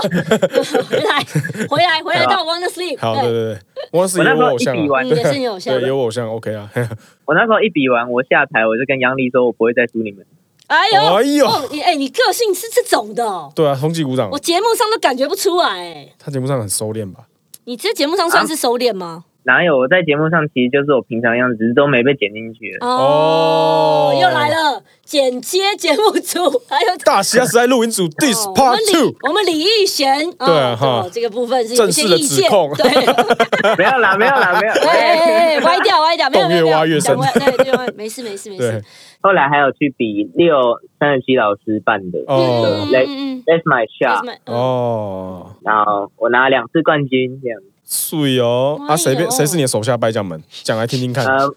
Speaker 2: 回来，回来，回来到 Wanna Sleep。
Speaker 1: 好，对对对，我是
Speaker 3: 我那
Speaker 1: 有
Speaker 3: 时
Speaker 1: 我
Speaker 3: 候
Speaker 1: 偶
Speaker 3: 一
Speaker 1: 像啊
Speaker 3: 比，完
Speaker 2: 嗯，也是你偶像
Speaker 1: 对，。有我偶像，OK 啊，
Speaker 3: 我那时候一比完，我下台我就跟杨丽说，我不会再输你们。
Speaker 2: 哎呦，
Speaker 1: 哎呦
Speaker 2: 哦你哎，你个性是这种的哦，
Speaker 1: 对啊，风纪鼓掌
Speaker 2: 我，节目上都感觉不出来哎。
Speaker 1: 他节目上很收敛吧？
Speaker 2: 你这节目上算是收敛吗？
Speaker 3: 哪有？我在节目上其实就是我平常样子，只是都没被剪进去 了。
Speaker 2: 哦
Speaker 1: 哦，
Speaker 2: 又来了，剪接节目组，还有
Speaker 1: 大西亚时代录 音组 This
Speaker 2: 哦我
Speaker 1: Part
Speaker 2: 们
Speaker 1: Two，
Speaker 2: 李我们李义贤，哦
Speaker 1: 对啊哈
Speaker 2: 这个部分是有一些
Speaker 1: 正式的
Speaker 2: 意见
Speaker 1: 指控
Speaker 2: 对，
Speaker 3: 没有啦，没有啦，没 有。
Speaker 2: 哎哎哎歪掉歪掉，没有没有
Speaker 1: 洞越挖
Speaker 2: 没有
Speaker 1: 越深
Speaker 2: 讲歪对对，对没事没事没
Speaker 1: 对
Speaker 2: 事，，
Speaker 3: 后来还有去比六三十七老师办的
Speaker 1: 哦
Speaker 2: 嗯嗯嗯
Speaker 3: That's My
Speaker 2: 嗯
Speaker 3: Shot，
Speaker 2: 嗯，嗯
Speaker 1: 哦，
Speaker 3: 然后我拿两次冠军这样。
Speaker 1: 碎哦，
Speaker 2: 哎呦
Speaker 1: 啊，谁被谁是你的手下败将们？讲来听听看。
Speaker 3: 呃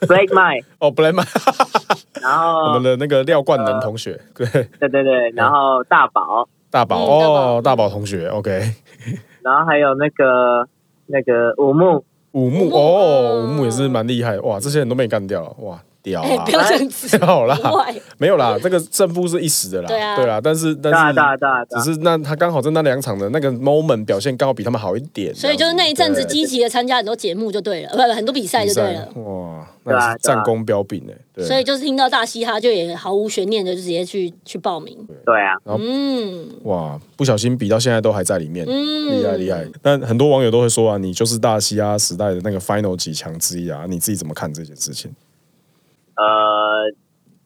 Speaker 3: ，Break My，
Speaker 1: 哦 b l a m e
Speaker 3: 然
Speaker 1: 我
Speaker 3: 后
Speaker 1: 们的嗯那个廖冠能同学，对，
Speaker 3: 对对对，然后大宝，
Speaker 1: 大宝
Speaker 2: 嗯
Speaker 1: 哦，大宝同学，OK，
Speaker 3: 然后还有那个那个五木，
Speaker 1: 五
Speaker 2: 五
Speaker 1: 木
Speaker 2: 木
Speaker 1: 哦，
Speaker 2: 嗯
Speaker 1: 五木也是蛮厉害，哇，这些人都没干掉，哇，屌
Speaker 2: 哎，
Speaker 1: 啦
Speaker 2: 不，要这样子，
Speaker 1: 好 啦
Speaker 2: 不会
Speaker 1: 没有啦，这个胜负是一时的啦，
Speaker 2: 对啊
Speaker 1: 对啦，但是但
Speaker 3: 大
Speaker 1: 是
Speaker 3: 大大大
Speaker 1: 只，是那他刚好在那两场的那个 moment 表现刚好比他们好一点，
Speaker 2: 所以就是那一阵子积极的参加很多节目就对了，呃不很多比赛
Speaker 1: 比
Speaker 2: 就对
Speaker 1: 赛
Speaker 2: 了，
Speaker 1: 哇，
Speaker 3: 对啊
Speaker 1: 那是战功彪炳哎，对，
Speaker 2: 所以就是听到大嘻哈就也毫无悬念的就直接去去报名，
Speaker 3: 对啊，
Speaker 2: 嗯
Speaker 1: 哇，不小心比到现在都还在里面，
Speaker 2: 嗯，
Speaker 1: 厉害厉害。但很多网友都会说啊，你就是大西亚时代的那个 final 几强之一啊，你自己怎么看这件事情？
Speaker 3: 呃，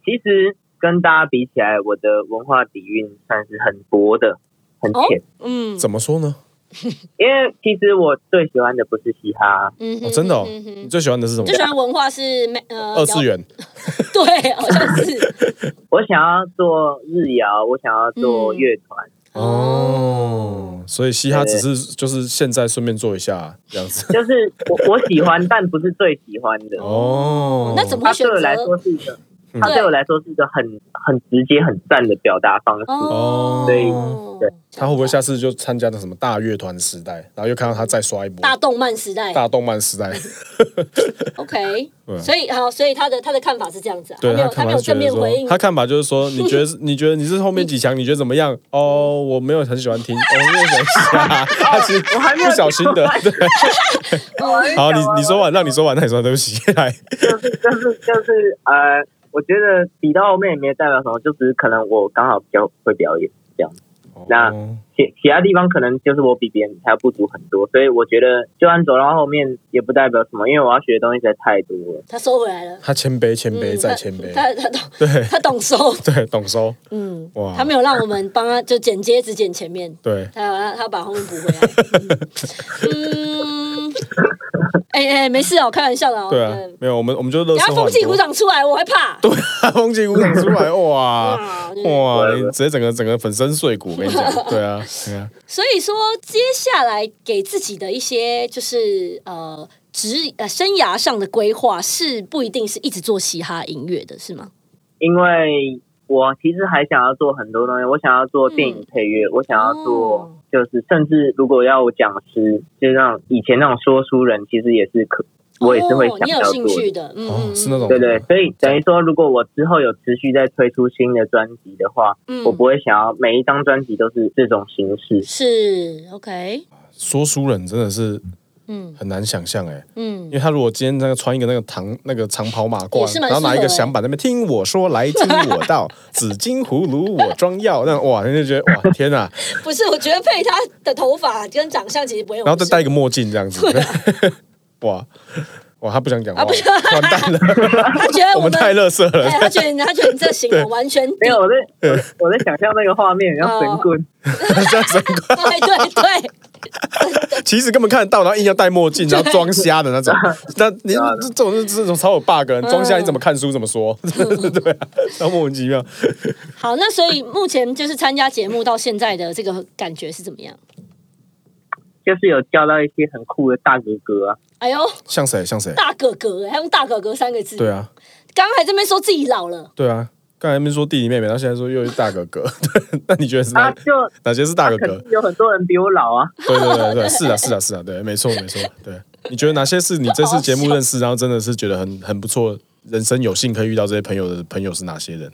Speaker 3: 其实跟大家比起来，我的文化底蕴算是很薄的，很
Speaker 2: 哦
Speaker 3: 浅。，
Speaker 2: 嗯
Speaker 1: 怎么说呢？
Speaker 3: 因为其实我最喜欢的不是嘻哈，
Speaker 2: 嗯哼
Speaker 1: 哦，真的、哦
Speaker 2: 嗯，哼
Speaker 1: 你最喜欢的是什么
Speaker 2: 最？喜欢文化是美 呃
Speaker 1: 二次，元
Speaker 2: 摇对，好像是
Speaker 3: 我想要做日谣，我想要做
Speaker 2: 嗯
Speaker 3: 乐团。
Speaker 1: 哦，所以嘻哈
Speaker 3: 对
Speaker 1: 只是就是现在顺便做一下这样 子
Speaker 3: 就是我我喜欢，但不是最喜欢的。
Speaker 1: 哦。
Speaker 2: 那怎么
Speaker 3: 它
Speaker 2: 会选
Speaker 3: 对我
Speaker 2: 择
Speaker 3: 来说是一个，
Speaker 1: 嗯
Speaker 3: 它对我来说是一个很很直接、很赞的表达方式。
Speaker 2: 哦，
Speaker 3: 对对
Speaker 1: 他会不会下次就参加那什么大乐团时代，然后又看到他再刷一波
Speaker 2: 大动漫时代
Speaker 1: 大动漫时 代？
Speaker 2: ？OK，
Speaker 1: 对
Speaker 2: 所以好，所以他的他的看法是这样子啊，他
Speaker 1: 对
Speaker 2: 没有
Speaker 1: 他看
Speaker 2: 没
Speaker 1: 法
Speaker 2: 有
Speaker 1: 是觉
Speaker 2: 正
Speaker 1: 得
Speaker 2: 面回应
Speaker 1: 说，他看法就是说，你觉得是你觉得你是后面几强，你觉得怎么样？哦，我没有很喜欢听，哦我没有很喜欢，他其实
Speaker 3: 我还没有
Speaker 1: 不小心的。对，
Speaker 2: 嗯
Speaker 1: 好，你你说完，让你说完，那你说对不起，来，
Speaker 3: 就是就是就是呃，我觉得比到后面也没有代表什么，就只是可能我刚好比较会表演这样。那
Speaker 1: 哦
Speaker 3: 其其他地方可能就是我比别人还要不足很多，所以我觉得就算走到后面也不代表什么，因为我要学的东西实在太多了。
Speaker 2: 他收回来了，
Speaker 1: 他谦卑，谦
Speaker 2: 嗯
Speaker 1: 卑再
Speaker 2: 他
Speaker 1: 谦卑，
Speaker 2: 他他懂
Speaker 1: 对哦
Speaker 2: 他懂收，
Speaker 1: 对，懂收，
Speaker 2: 嗯，
Speaker 1: 哇
Speaker 2: 他没有让我们帮他就剪接只剪前面，
Speaker 1: 对，
Speaker 2: 他有他他把后面补回来，嗯，嗯哎哎，没事哦，开玩笑的哦，
Speaker 1: 对啊，没有，我们我们就乐
Speaker 2: 然
Speaker 1: 色
Speaker 2: 后
Speaker 1: 化
Speaker 2: 风
Speaker 1: 很
Speaker 2: 气鼓
Speaker 1: 多，
Speaker 2: 掌出来，我会怕，
Speaker 1: 对哦啊， 风纪鼓掌出 来，哇
Speaker 2: 哇，对
Speaker 1: 哇，
Speaker 3: 对啊
Speaker 1: 你直接整个整个粉身碎 骨，我跟你讲，对啊，对啊，
Speaker 2: 所以说，接下来给自己的一些就是呃职呃生涯上的规划是不一定是一直做嘻哈音乐的，是吗？
Speaker 3: 因为我其实还想要做很多东西，我想要做电影配乐，我想要
Speaker 2: 嗯
Speaker 3: 做
Speaker 2: 哦
Speaker 3: 就是甚至如果要我讲师，就是那种以前那种说书人，其实也是可我也是会
Speaker 2: 哦、
Speaker 3: 想
Speaker 2: 你有
Speaker 3: 要做
Speaker 2: 兴
Speaker 3: 的。
Speaker 2: 趣的，嗯，
Speaker 1: 哦
Speaker 2: 嗯
Speaker 1: 是那种
Speaker 3: 对对，所以等于说，如果我之后有持续在推出新的专辑的话，
Speaker 2: 嗯
Speaker 3: 我不会想要每一张专辑都是这种形式。
Speaker 2: 是 OK，
Speaker 1: 说书人真的是
Speaker 2: 嗯
Speaker 1: 很难想象哎、因
Speaker 2: 嗯，
Speaker 1: 为他如果今天那个穿一个那个唐那个长袍马
Speaker 2: 也
Speaker 1: 褂
Speaker 2: 是，蛮
Speaker 1: 然后拿一
Speaker 2: 适合
Speaker 1: 个
Speaker 2: 欸
Speaker 1: 响板在那边听我说来听我 道，紫金葫芦我装药，那哇，人家就觉得 哇天啊哪，
Speaker 2: 不是，我觉得配他的头发跟长相其实不会有事，
Speaker 1: 然后再戴一个墨镜这样 子， 哇哇，他不想讲话，
Speaker 2: 啊不是
Speaker 1: 完蛋 了，
Speaker 2: 他觉得
Speaker 1: 我
Speaker 2: 我
Speaker 1: 们太
Speaker 2: 们。
Speaker 1: 乐色 了，，
Speaker 2: 哎他觉得你，他觉得你这行为完全
Speaker 3: 没有，我在我在我在想象那个画面，然
Speaker 2: 哦
Speaker 3: 后神棍，
Speaker 1: 这样子很怪
Speaker 2: 对对对，
Speaker 1: 其实根本看得到，然后硬要戴墨镜，然后装瞎的那 种，那你
Speaker 2: 嗯
Speaker 1: 这种是这种超有 bug，的装瞎你怎么看书怎么说，
Speaker 2: 嗯
Speaker 1: 对啊，然后莫名其妙。
Speaker 2: 好，那所以目前就是参加节目到现在的这个感觉是怎么样？
Speaker 3: 就是有交到一些很酷的大哥哥啊，
Speaker 2: 哎呦，
Speaker 1: 像谁像谁？
Speaker 2: 大哥哥，还用大哥哥三个字，
Speaker 1: 对啊，
Speaker 2: 刚还这边说自己老了，
Speaker 1: 对啊，刚才没说弟弟妹妹，他现在说又是大哥 哥，对，那你觉得
Speaker 2: 嗯
Speaker 1: 是
Speaker 3: 啊
Speaker 1: 哪
Speaker 3: 就
Speaker 1: 哪些是大哥
Speaker 3: 肯
Speaker 1: 哥？
Speaker 3: 定有很多人比我老啊，
Speaker 1: 对对对对，是啊是啊是啊，对，没错没错，对。你觉得哪些是你这次节目认识，然后真的是觉得很很不错，人生有幸可以遇到这些朋友的朋友是哪些人？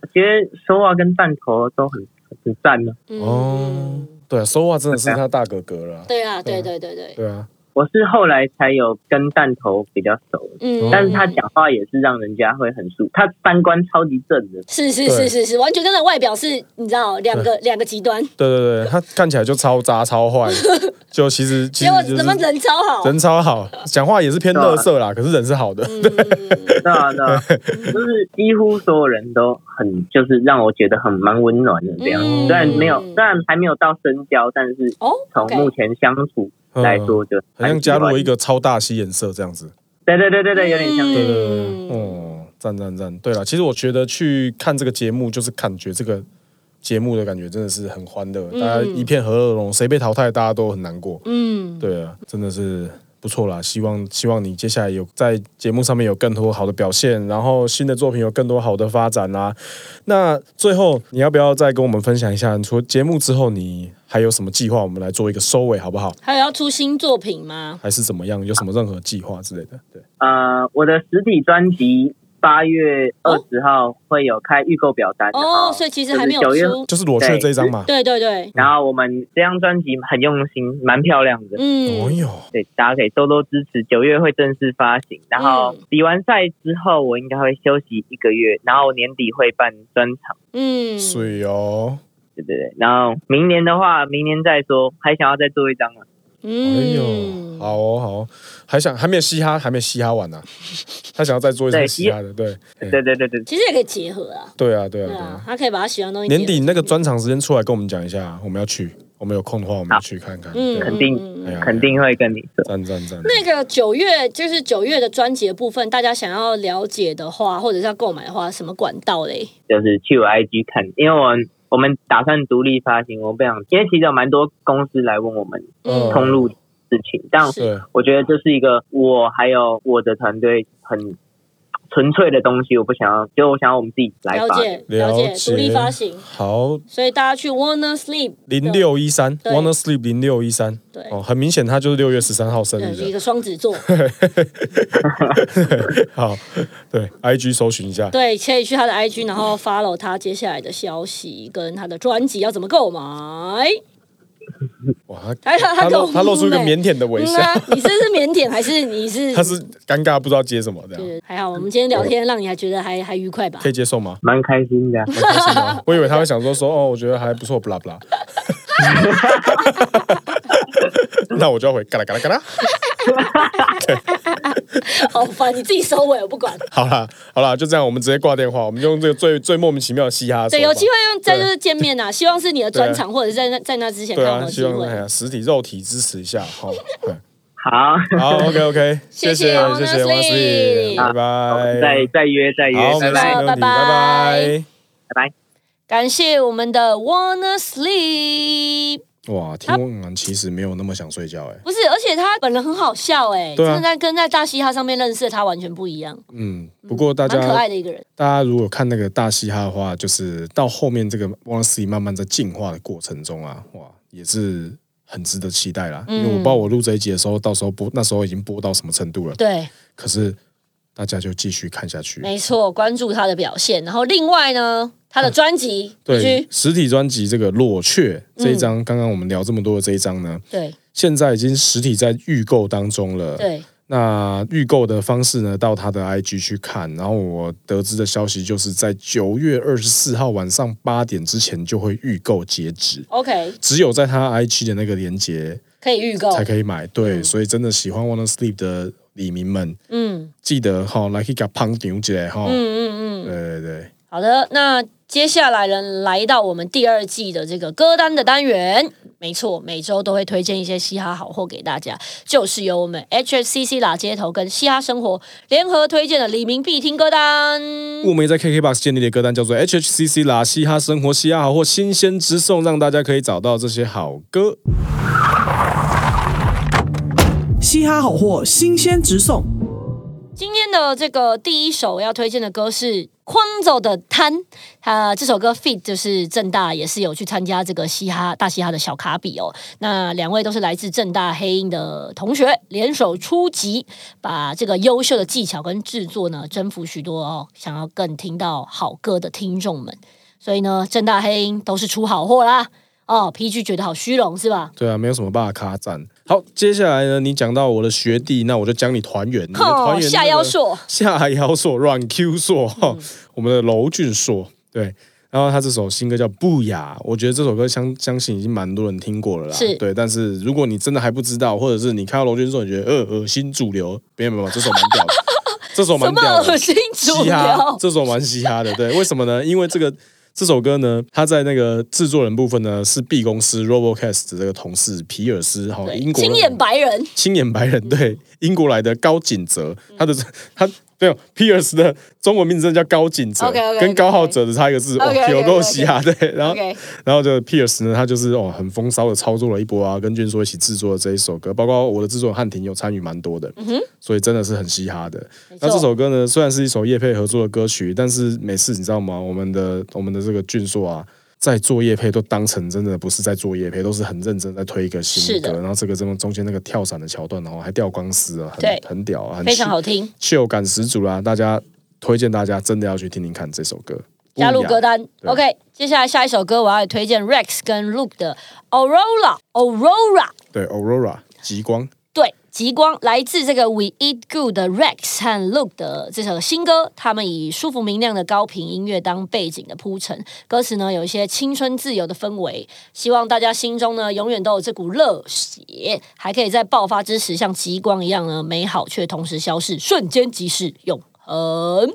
Speaker 3: 我觉得说话跟弹头都很很赞啊呢、
Speaker 2: 嗯，
Speaker 1: 哦，对啊，说话真的是他大哥哥了啊，
Speaker 2: 对啊，对对对对，
Speaker 1: 对啊，
Speaker 3: 我是后来才有跟弹头比较熟，
Speaker 2: 嗯，
Speaker 3: 但是他讲话也是让人家会很舒，他三观超级正的，
Speaker 2: 是是是
Speaker 1: 对
Speaker 2: 是是，完全跟他的外表是，你知道，两个两个极端，
Speaker 1: 对对对，他看起来就超渣超 坏，就其实其
Speaker 2: 结
Speaker 1: 实
Speaker 2: 果
Speaker 1: 就是
Speaker 2: 怎么人超好？
Speaker 1: 人超好，讲话也是偏乐色啦，可是人是好的，
Speaker 2: 嗯，
Speaker 3: 对 啊对啊，就是几乎所有人都很就是让我觉得很蛮温暖的这样，
Speaker 2: 嗯
Speaker 3: 虽然没有虽然还没有到深交，但是
Speaker 2: 哦
Speaker 3: 从
Speaker 2: ，OK，
Speaker 3: 目前相处来说就
Speaker 1: 嗯好像加入了一，个超大吸眼色这样子。
Speaker 3: 对对对对对，有点像
Speaker 1: 对
Speaker 2: 嗯
Speaker 1: 对对对，哦，赞赞赞！对了，其实我觉得去看这个节目，就是感觉这个节目的感觉真的是很欢乐，
Speaker 2: 嗯
Speaker 1: 大家一片和乐融，谁被淘汰大家都很难过。
Speaker 2: 嗯，
Speaker 1: 对啊，真的是不错啦，希望希望你接下来有在节目上面有更多好的表现，然后新的作品有更多好的发展啦、那最后你要不要再跟我们分享一下，除了节目之后你还有什么计划？我们来做一个收尾好不好？
Speaker 2: 还有要出新作品吗？
Speaker 1: 还是怎么样？有什么任何计划之类的？对。
Speaker 3: 呃，我的实体专辑八月二十号会有开预购表单，
Speaker 2: 哦，所以其实还没有
Speaker 3: 就是九月
Speaker 2: 出，
Speaker 1: 就是裸雀这一张嘛，
Speaker 2: 对对对，
Speaker 3: 然后我们这张专辑很用心，蛮漂亮的，
Speaker 1: 哦
Speaker 2: 嗯，
Speaker 1: 哟，
Speaker 3: 对，大家可以多多支持。九月会正式发行，然后
Speaker 2: 嗯
Speaker 3: 比完赛之后，我应该会休息一个月，然后年底会办专场，
Speaker 2: 嗯，
Speaker 1: 水哦，
Speaker 3: 对对对。然后明年的话，明年再说，还想要再做一张啊。
Speaker 1: 哎呦，
Speaker 2: 嗯，
Speaker 1: 好哦，好哦，还想还没有嘻哈，还没嘻哈完呢、啊他想要再做一场
Speaker 3: 对
Speaker 1: 嘻哈的，对，对
Speaker 3: 对对对对对，
Speaker 2: 其实也可以结合啊，
Speaker 1: 对啊，对啊，
Speaker 2: 对
Speaker 1: 对
Speaker 2: 啊
Speaker 1: 啊，，
Speaker 2: 他可以把他喜欢的东西结合，
Speaker 1: 年底那个专场时间出来跟我们讲一下，我们要去，我们有空的话我们要去看看，对
Speaker 2: 嗯，
Speaker 3: 肯定
Speaker 2: 嗯嗯嗯
Speaker 1: 哎呀
Speaker 3: 肯定会跟你说。
Speaker 1: 赞赞赞，
Speaker 2: 那个九月就是九月的专辑的部分，大家想要了解的话，或者是要购买的话，什么管道嘞？
Speaker 3: 就是去我 IG 看，因为我们我们打算独立发行，我不想，因为其实有蛮多公司来问我们
Speaker 1: 嗯
Speaker 3: 通路的事情，但
Speaker 2: 是
Speaker 1: 对，
Speaker 3: 我觉得这是一个我还有我的团队很纯粹的东西，我不想要，就我想要我们自己来
Speaker 2: 了
Speaker 3: 发。
Speaker 2: 解了
Speaker 1: 了
Speaker 2: 解，
Speaker 1: 解
Speaker 2: 独立发行，
Speaker 1: 好，
Speaker 2: 所以大家去 Warner Sleep
Speaker 1: 零六一三
Speaker 2: 对
Speaker 1: ，Wanna Sleep 零六一三，
Speaker 2: 对
Speaker 1: 哦，很明显他就是六月十三号生
Speaker 2: 对
Speaker 1: 日
Speaker 2: 是一
Speaker 1: 的，
Speaker 2: 个双 子座，
Speaker 1: 好，对，IG 搜寻一下，
Speaker 2: 对，可以去他的 IG，然后 follow 他接下来的消息跟他的专辑要怎么购买。
Speaker 1: 哇，
Speaker 2: 他他
Speaker 1: 露
Speaker 2: 他
Speaker 1: 他露出一个腼
Speaker 2: 腆
Speaker 1: 腆的微笑
Speaker 2: 嗯，啊，你这是腼腆还是你是？
Speaker 1: 他是尴尬不知道接什么这样。
Speaker 2: 对还好，我们今天聊天让你还觉得还还愉快吧
Speaker 1: 可？以接受吗？
Speaker 3: 蛮开心的啊、
Speaker 1: 开心吗？我以为他会想说说哦，我觉得还不错，不啦不啦。 那我就要回嘎啦嘎啦嘎啦。
Speaker 2: 好烦，你自己收尾，我不 管。
Speaker 1: 好啦好啦，就这样，我们直接挂电话，我们就用这个最最莫名其妙的嘻哈的手
Speaker 2: 对，
Speaker 1: 法。
Speaker 2: 有机会再就是见面 呐、希望是你的专场，或者是在那在那之前看
Speaker 1: 对
Speaker 2: 有没
Speaker 1: 啊，
Speaker 2: 有
Speaker 1: 希
Speaker 2: 机
Speaker 1: 望
Speaker 2: 会。
Speaker 1: 哎呀实体肉体支持一下，好， 对
Speaker 3: 好，
Speaker 1: 好，OK OK，
Speaker 2: 谢
Speaker 1: 谢
Speaker 2: 谢
Speaker 1: 谢谢谢
Speaker 2: Honestly
Speaker 1: 王思怡，拜
Speaker 3: 再
Speaker 1: 拜，
Speaker 3: 再约再约
Speaker 1: 好，，没
Speaker 3: 拜
Speaker 1: 事没
Speaker 3: 拜
Speaker 1: 问题，拜
Speaker 2: 拜拜
Speaker 1: 拜。
Speaker 3: 拜拜。
Speaker 2: 感谢我们的 Wanna Sleep。
Speaker 1: 哇，听完其实没有那么想睡觉哎、
Speaker 2: 不是，而且他本人很好笑哎、
Speaker 1: 对啊
Speaker 2: 真的在跟在大嘻哈上面认识的他完全不一样，
Speaker 1: 嗯，不过大
Speaker 2: 蛮
Speaker 1: 家
Speaker 2: 可爱的一个人。
Speaker 1: 大家如果看那个大嘻哈的话，就是到后面这个 One C 慢慢在进化的过程中啊，哇，也是很值得期待
Speaker 2: 嗯
Speaker 1: 啦。因为我不知道我录这一集的时候，到时候播那时候已经播到什么程度了，
Speaker 2: 对，
Speaker 1: 可是大家就继续看下去。
Speaker 2: 没错，关注他的表现。然后另外呢，他的专辑必
Speaker 1: 对
Speaker 2: 须，
Speaker 1: 实体专辑这个《裸雀》这一张，刚刚我们聊这么多的这一张呢，
Speaker 2: 对
Speaker 1: 现在已经实体在预购当中了。
Speaker 2: 对，
Speaker 1: 那预购的方式呢，到他的 IG 去看。然后我得知的消息就是在九月二十四号晚上八点之前就会预购截止，
Speaker 2: OK，
Speaker 1: 只有在他 IG 的那个链接
Speaker 2: 可以预购
Speaker 1: 才。可以
Speaker 2: 哦
Speaker 1: 买。对，所以真的喜欢 Wanna Sleep 的李民们，
Speaker 2: 嗯
Speaker 1: 记得哈、来去给胖牛姐哈。
Speaker 2: 嗯嗯嗯，
Speaker 1: 对对对，
Speaker 2: 好的。那接下来呢，来到我们第二季的这个歌单的单元。没错，每周都会推荐一些嘻哈好货给大家，就是由我们 HSCC 拉街头跟嘻哈生活联合推荐的李明必听歌单。
Speaker 1: 我们也在 KKBOX 建立的歌单叫做 HHCC 啦，嘻哈生活、嘻哈好货新鲜直送，让大家可以找到这些好歌。
Speaker 4: 嘻哈好货新鲜直送，
Speaker 2: 今天的这个第一首要推荐的歌是宽走的摊，呃，这首歌 fit 就是正大也是有去参呃加这个嘻哈大嘻哈的小卡比哦。那两位都是来自正大黑鹰的同学，联手出击，把这个优秀的技巧跟制作呢，征服许多哦想要更听到好歌的听众们。所以呢，正大黑鹰都是出好货啦。哦，PG 觉得好虚荣是吧？
Speaker 1: 对啊，没有什么办法卡赞。好，接下来呢，你讲到我的学弟，那我就讲你团员，你的团
Speaker 2: 哦，
Speaker 1: 员、
Speaker 2: 下腰，嗯硕，
Speaker 1: 下腰硕，软 Q 硕，哈， 我们的娄俊硕，对。然后他这首新歌叫《不雅》，我觉得这首歌相相信已经蛮多人听过了啦。
Speaker 2: 是
Speaker 1: 对，但是如果你真的还不知道，或者是你看到娄俊硕，你觉得呃恶心主流，没有没有，这首蛮屌 的，这首
Speaker 2: 什
Speaker 1: 蛮
Speaker 2: 么
Speaker 1: 屌的
Speaker 2: 恶。心主
Speaker 1: 嘻哈
Speaker 2: 流，？
Speaker 1: 这首蛮嘻哈的，对，为什么呢？因为这个这首歌呢，它在那个制作人部分呢是 B 公司 Robocast 的这个同事皮尔斯，哈，
Speaker 2: 对
Speaker 1: 英国
Speaker 2: 青眼白人。
Speaker 1: 青眼白人，对，英国来的高景泽，
Speaker 2: 嗯
Speaker 1: 他的他。没有，皮尔斯的中文名字真的叫高景泽
Speaker 2: OK，OK，OK，
Speaker 1: 跟高浩哲的差一个字，哇
Speaker 2: OK，OK，OK，OK
Speaker 1: 哦有够嘻哈对。然后
Speaker 2: OK，
Speaker 1: 然后这个 Pierce 呢，他就是哦很风骚的操作了一波啊，跟俊硕一起制作了这一首歌，包括我的制作人汉庭有参与蛮多的，
Speaker 2: 嗯
Speaker 1: 所以真的是很嘻哈的。那这首歌呢，虽然是一首叶配合作的歌曲，但是每次你知道吗？我们的我们的这个俊硕啊。在做叶配都当成真的不是在做叶配，都是很认真在推一个新
Speaker 2: 是
Speaker 1: 歌，
Speaker 2: 的
Speaker 1: 然后这个中中间那个跳伞的桥段，然后还掉钢丝啊，很
Speaker 2: 对
Speaker 1: 很屌啊，很
Speaker 2: 非常好听，
Speaker 1: 秀感十足啦、大家推荐大家真的要去听听看这首歌，
Speaker 2: 加入
Speaker 1: 不一样
Speaker 2: 歌单。OK，接下来下一首歌我要推荐 Rex 跟 Luke 的 Aurora Aurora，
Speaker 1: 对 Aurora 极光。
Speaker 2: 对，极光来自这个 We Eat Good 的 Rex 和 Luke 的这首新歌，他们以舒服明亮的高频音乐当背景的铺陈，歌词呢有一些青春自由的氛围，希望大家心中呢永远都有这股热血，还可以在爆发之时像极光一样呢美好却同时消逝，瞬间即逝，永恒。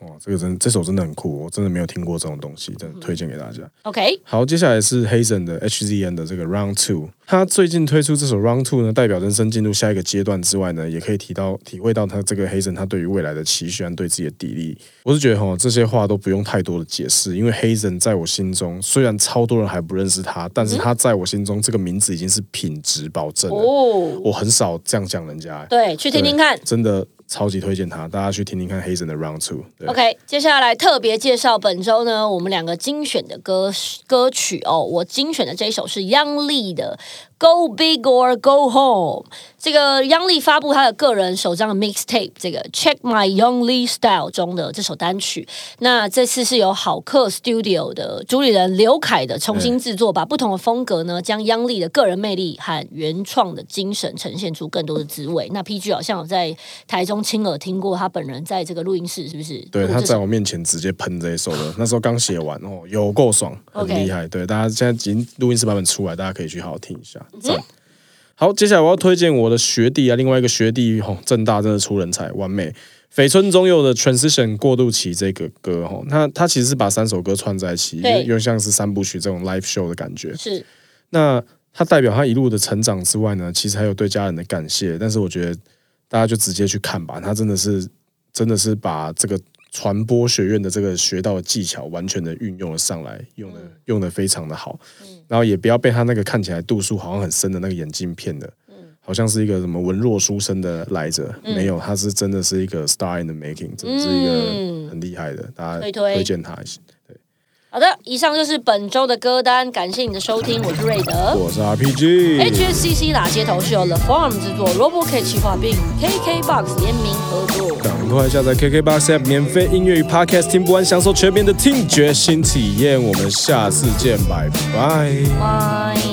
Speaker 1: 哇，这个真这首真的很酷，我真的没有听过这种东西，真的推荐给大家。
Speaker 2: OK，
Speaker 1: 好，接下来是 Hazen 的 HZN 的这个 Round Two，他最近推出这首 Round Two 呢，代表人生进入下一个阶段之外呢，也可以提到体会到他这个 Hazen 他对于未来的期许和对自己的砥砺。我是觉得哈，这些话都不用太多的解释，因为 Hazen 在我心中虽然超多人还不认识他，但是他在我心中这个名字已经是品质保证了。
Speaker 2: 哦，
Speaker 1: 我很少这样讲人家、欸，
Speaker 2: 对，去听听看
Speaker 1: 对。真的超级推荐他，大家去听听看 Hazen 的 Round Two。对
Speaker 2: OK，接下来特别介绍本周呢，我们两个精选的歌歌曲哦。我精选的这一首是央丽的《Go Big or Go Home》。这个央丽发布她的个人首张的 mixtape，这个《Check My Young Lee Style》中的这首单曲。那这次是由好客 Studio 的主理人刘凯的重新制作，把不同的风格呢，将央丽的个人魅力和原创的精神呈现出更多的滋味。那 PG 好像有在台中亲耳听过他本人在这个录音室，是不是？
Speaker 1: 对，
Speaker 2: 录
Speaker 1: 他
Speaker 2: 这
Speaker 1: 在
Speaker 2: 首
Speaker 1: 我面前直接喷这一首的，那时候刚写完哦，有够爽，很
Speaker 2: OK
Speaker 1: 厉害。对，大家现在已经录音室版本出来，大家可以去好好听一
Speaker 2: 嗯
Speaker 1: 下。赞。好，接下来我要推荐我的学弟啊，另外一个学弟吼、正大真的出人才，完美。绯村中佑的《Transition 过渡期》这个歌吼、那他其实是把三首歌串在一起，
Speaker 2: 对
Speaker 1: 又又像是三部曲这种 live show 的感觉。
Speaker 2: 是
Speaker 1: 那他代表他一路的成长之外呢，其实还有对家人的感谢。但是我觉得大家就直接去看吧，他真的是真的是把这个传播学院的这个学到的技巧完全的运用了上来，用的
Speaker 2: 嗯
Speaker 1: 用的非常的好，然后也不要被他那个看起来度数好像很深的那个眼镜骗了。
Speaker 2: 嗯
Speaker 1: 好像是一个什么文弱书生的来着，没有，他是真的是一个 star in the making，真的是一
Speaker 2: 嗯
Speaker 1: 个很厉害的，大家
Speaker 2: 推推
Speaker 1: 推荐他一下。对，
Speaker 2: 好的，以上就是本周的歌单，感谢你的收听，我是瑞德。
Speaker 1: 我是 RPG，
Speaker 2: HSCC 打街头是由 The Farm 制作，Robo K 企划并与 KKBox 联名合作。
Speaker 1: 赶快下载 KKBox app 免费音乐与 podcast，听不完，享受全面的听觉新体验。我们下次见，拜拜。
Speaker 2: 拜。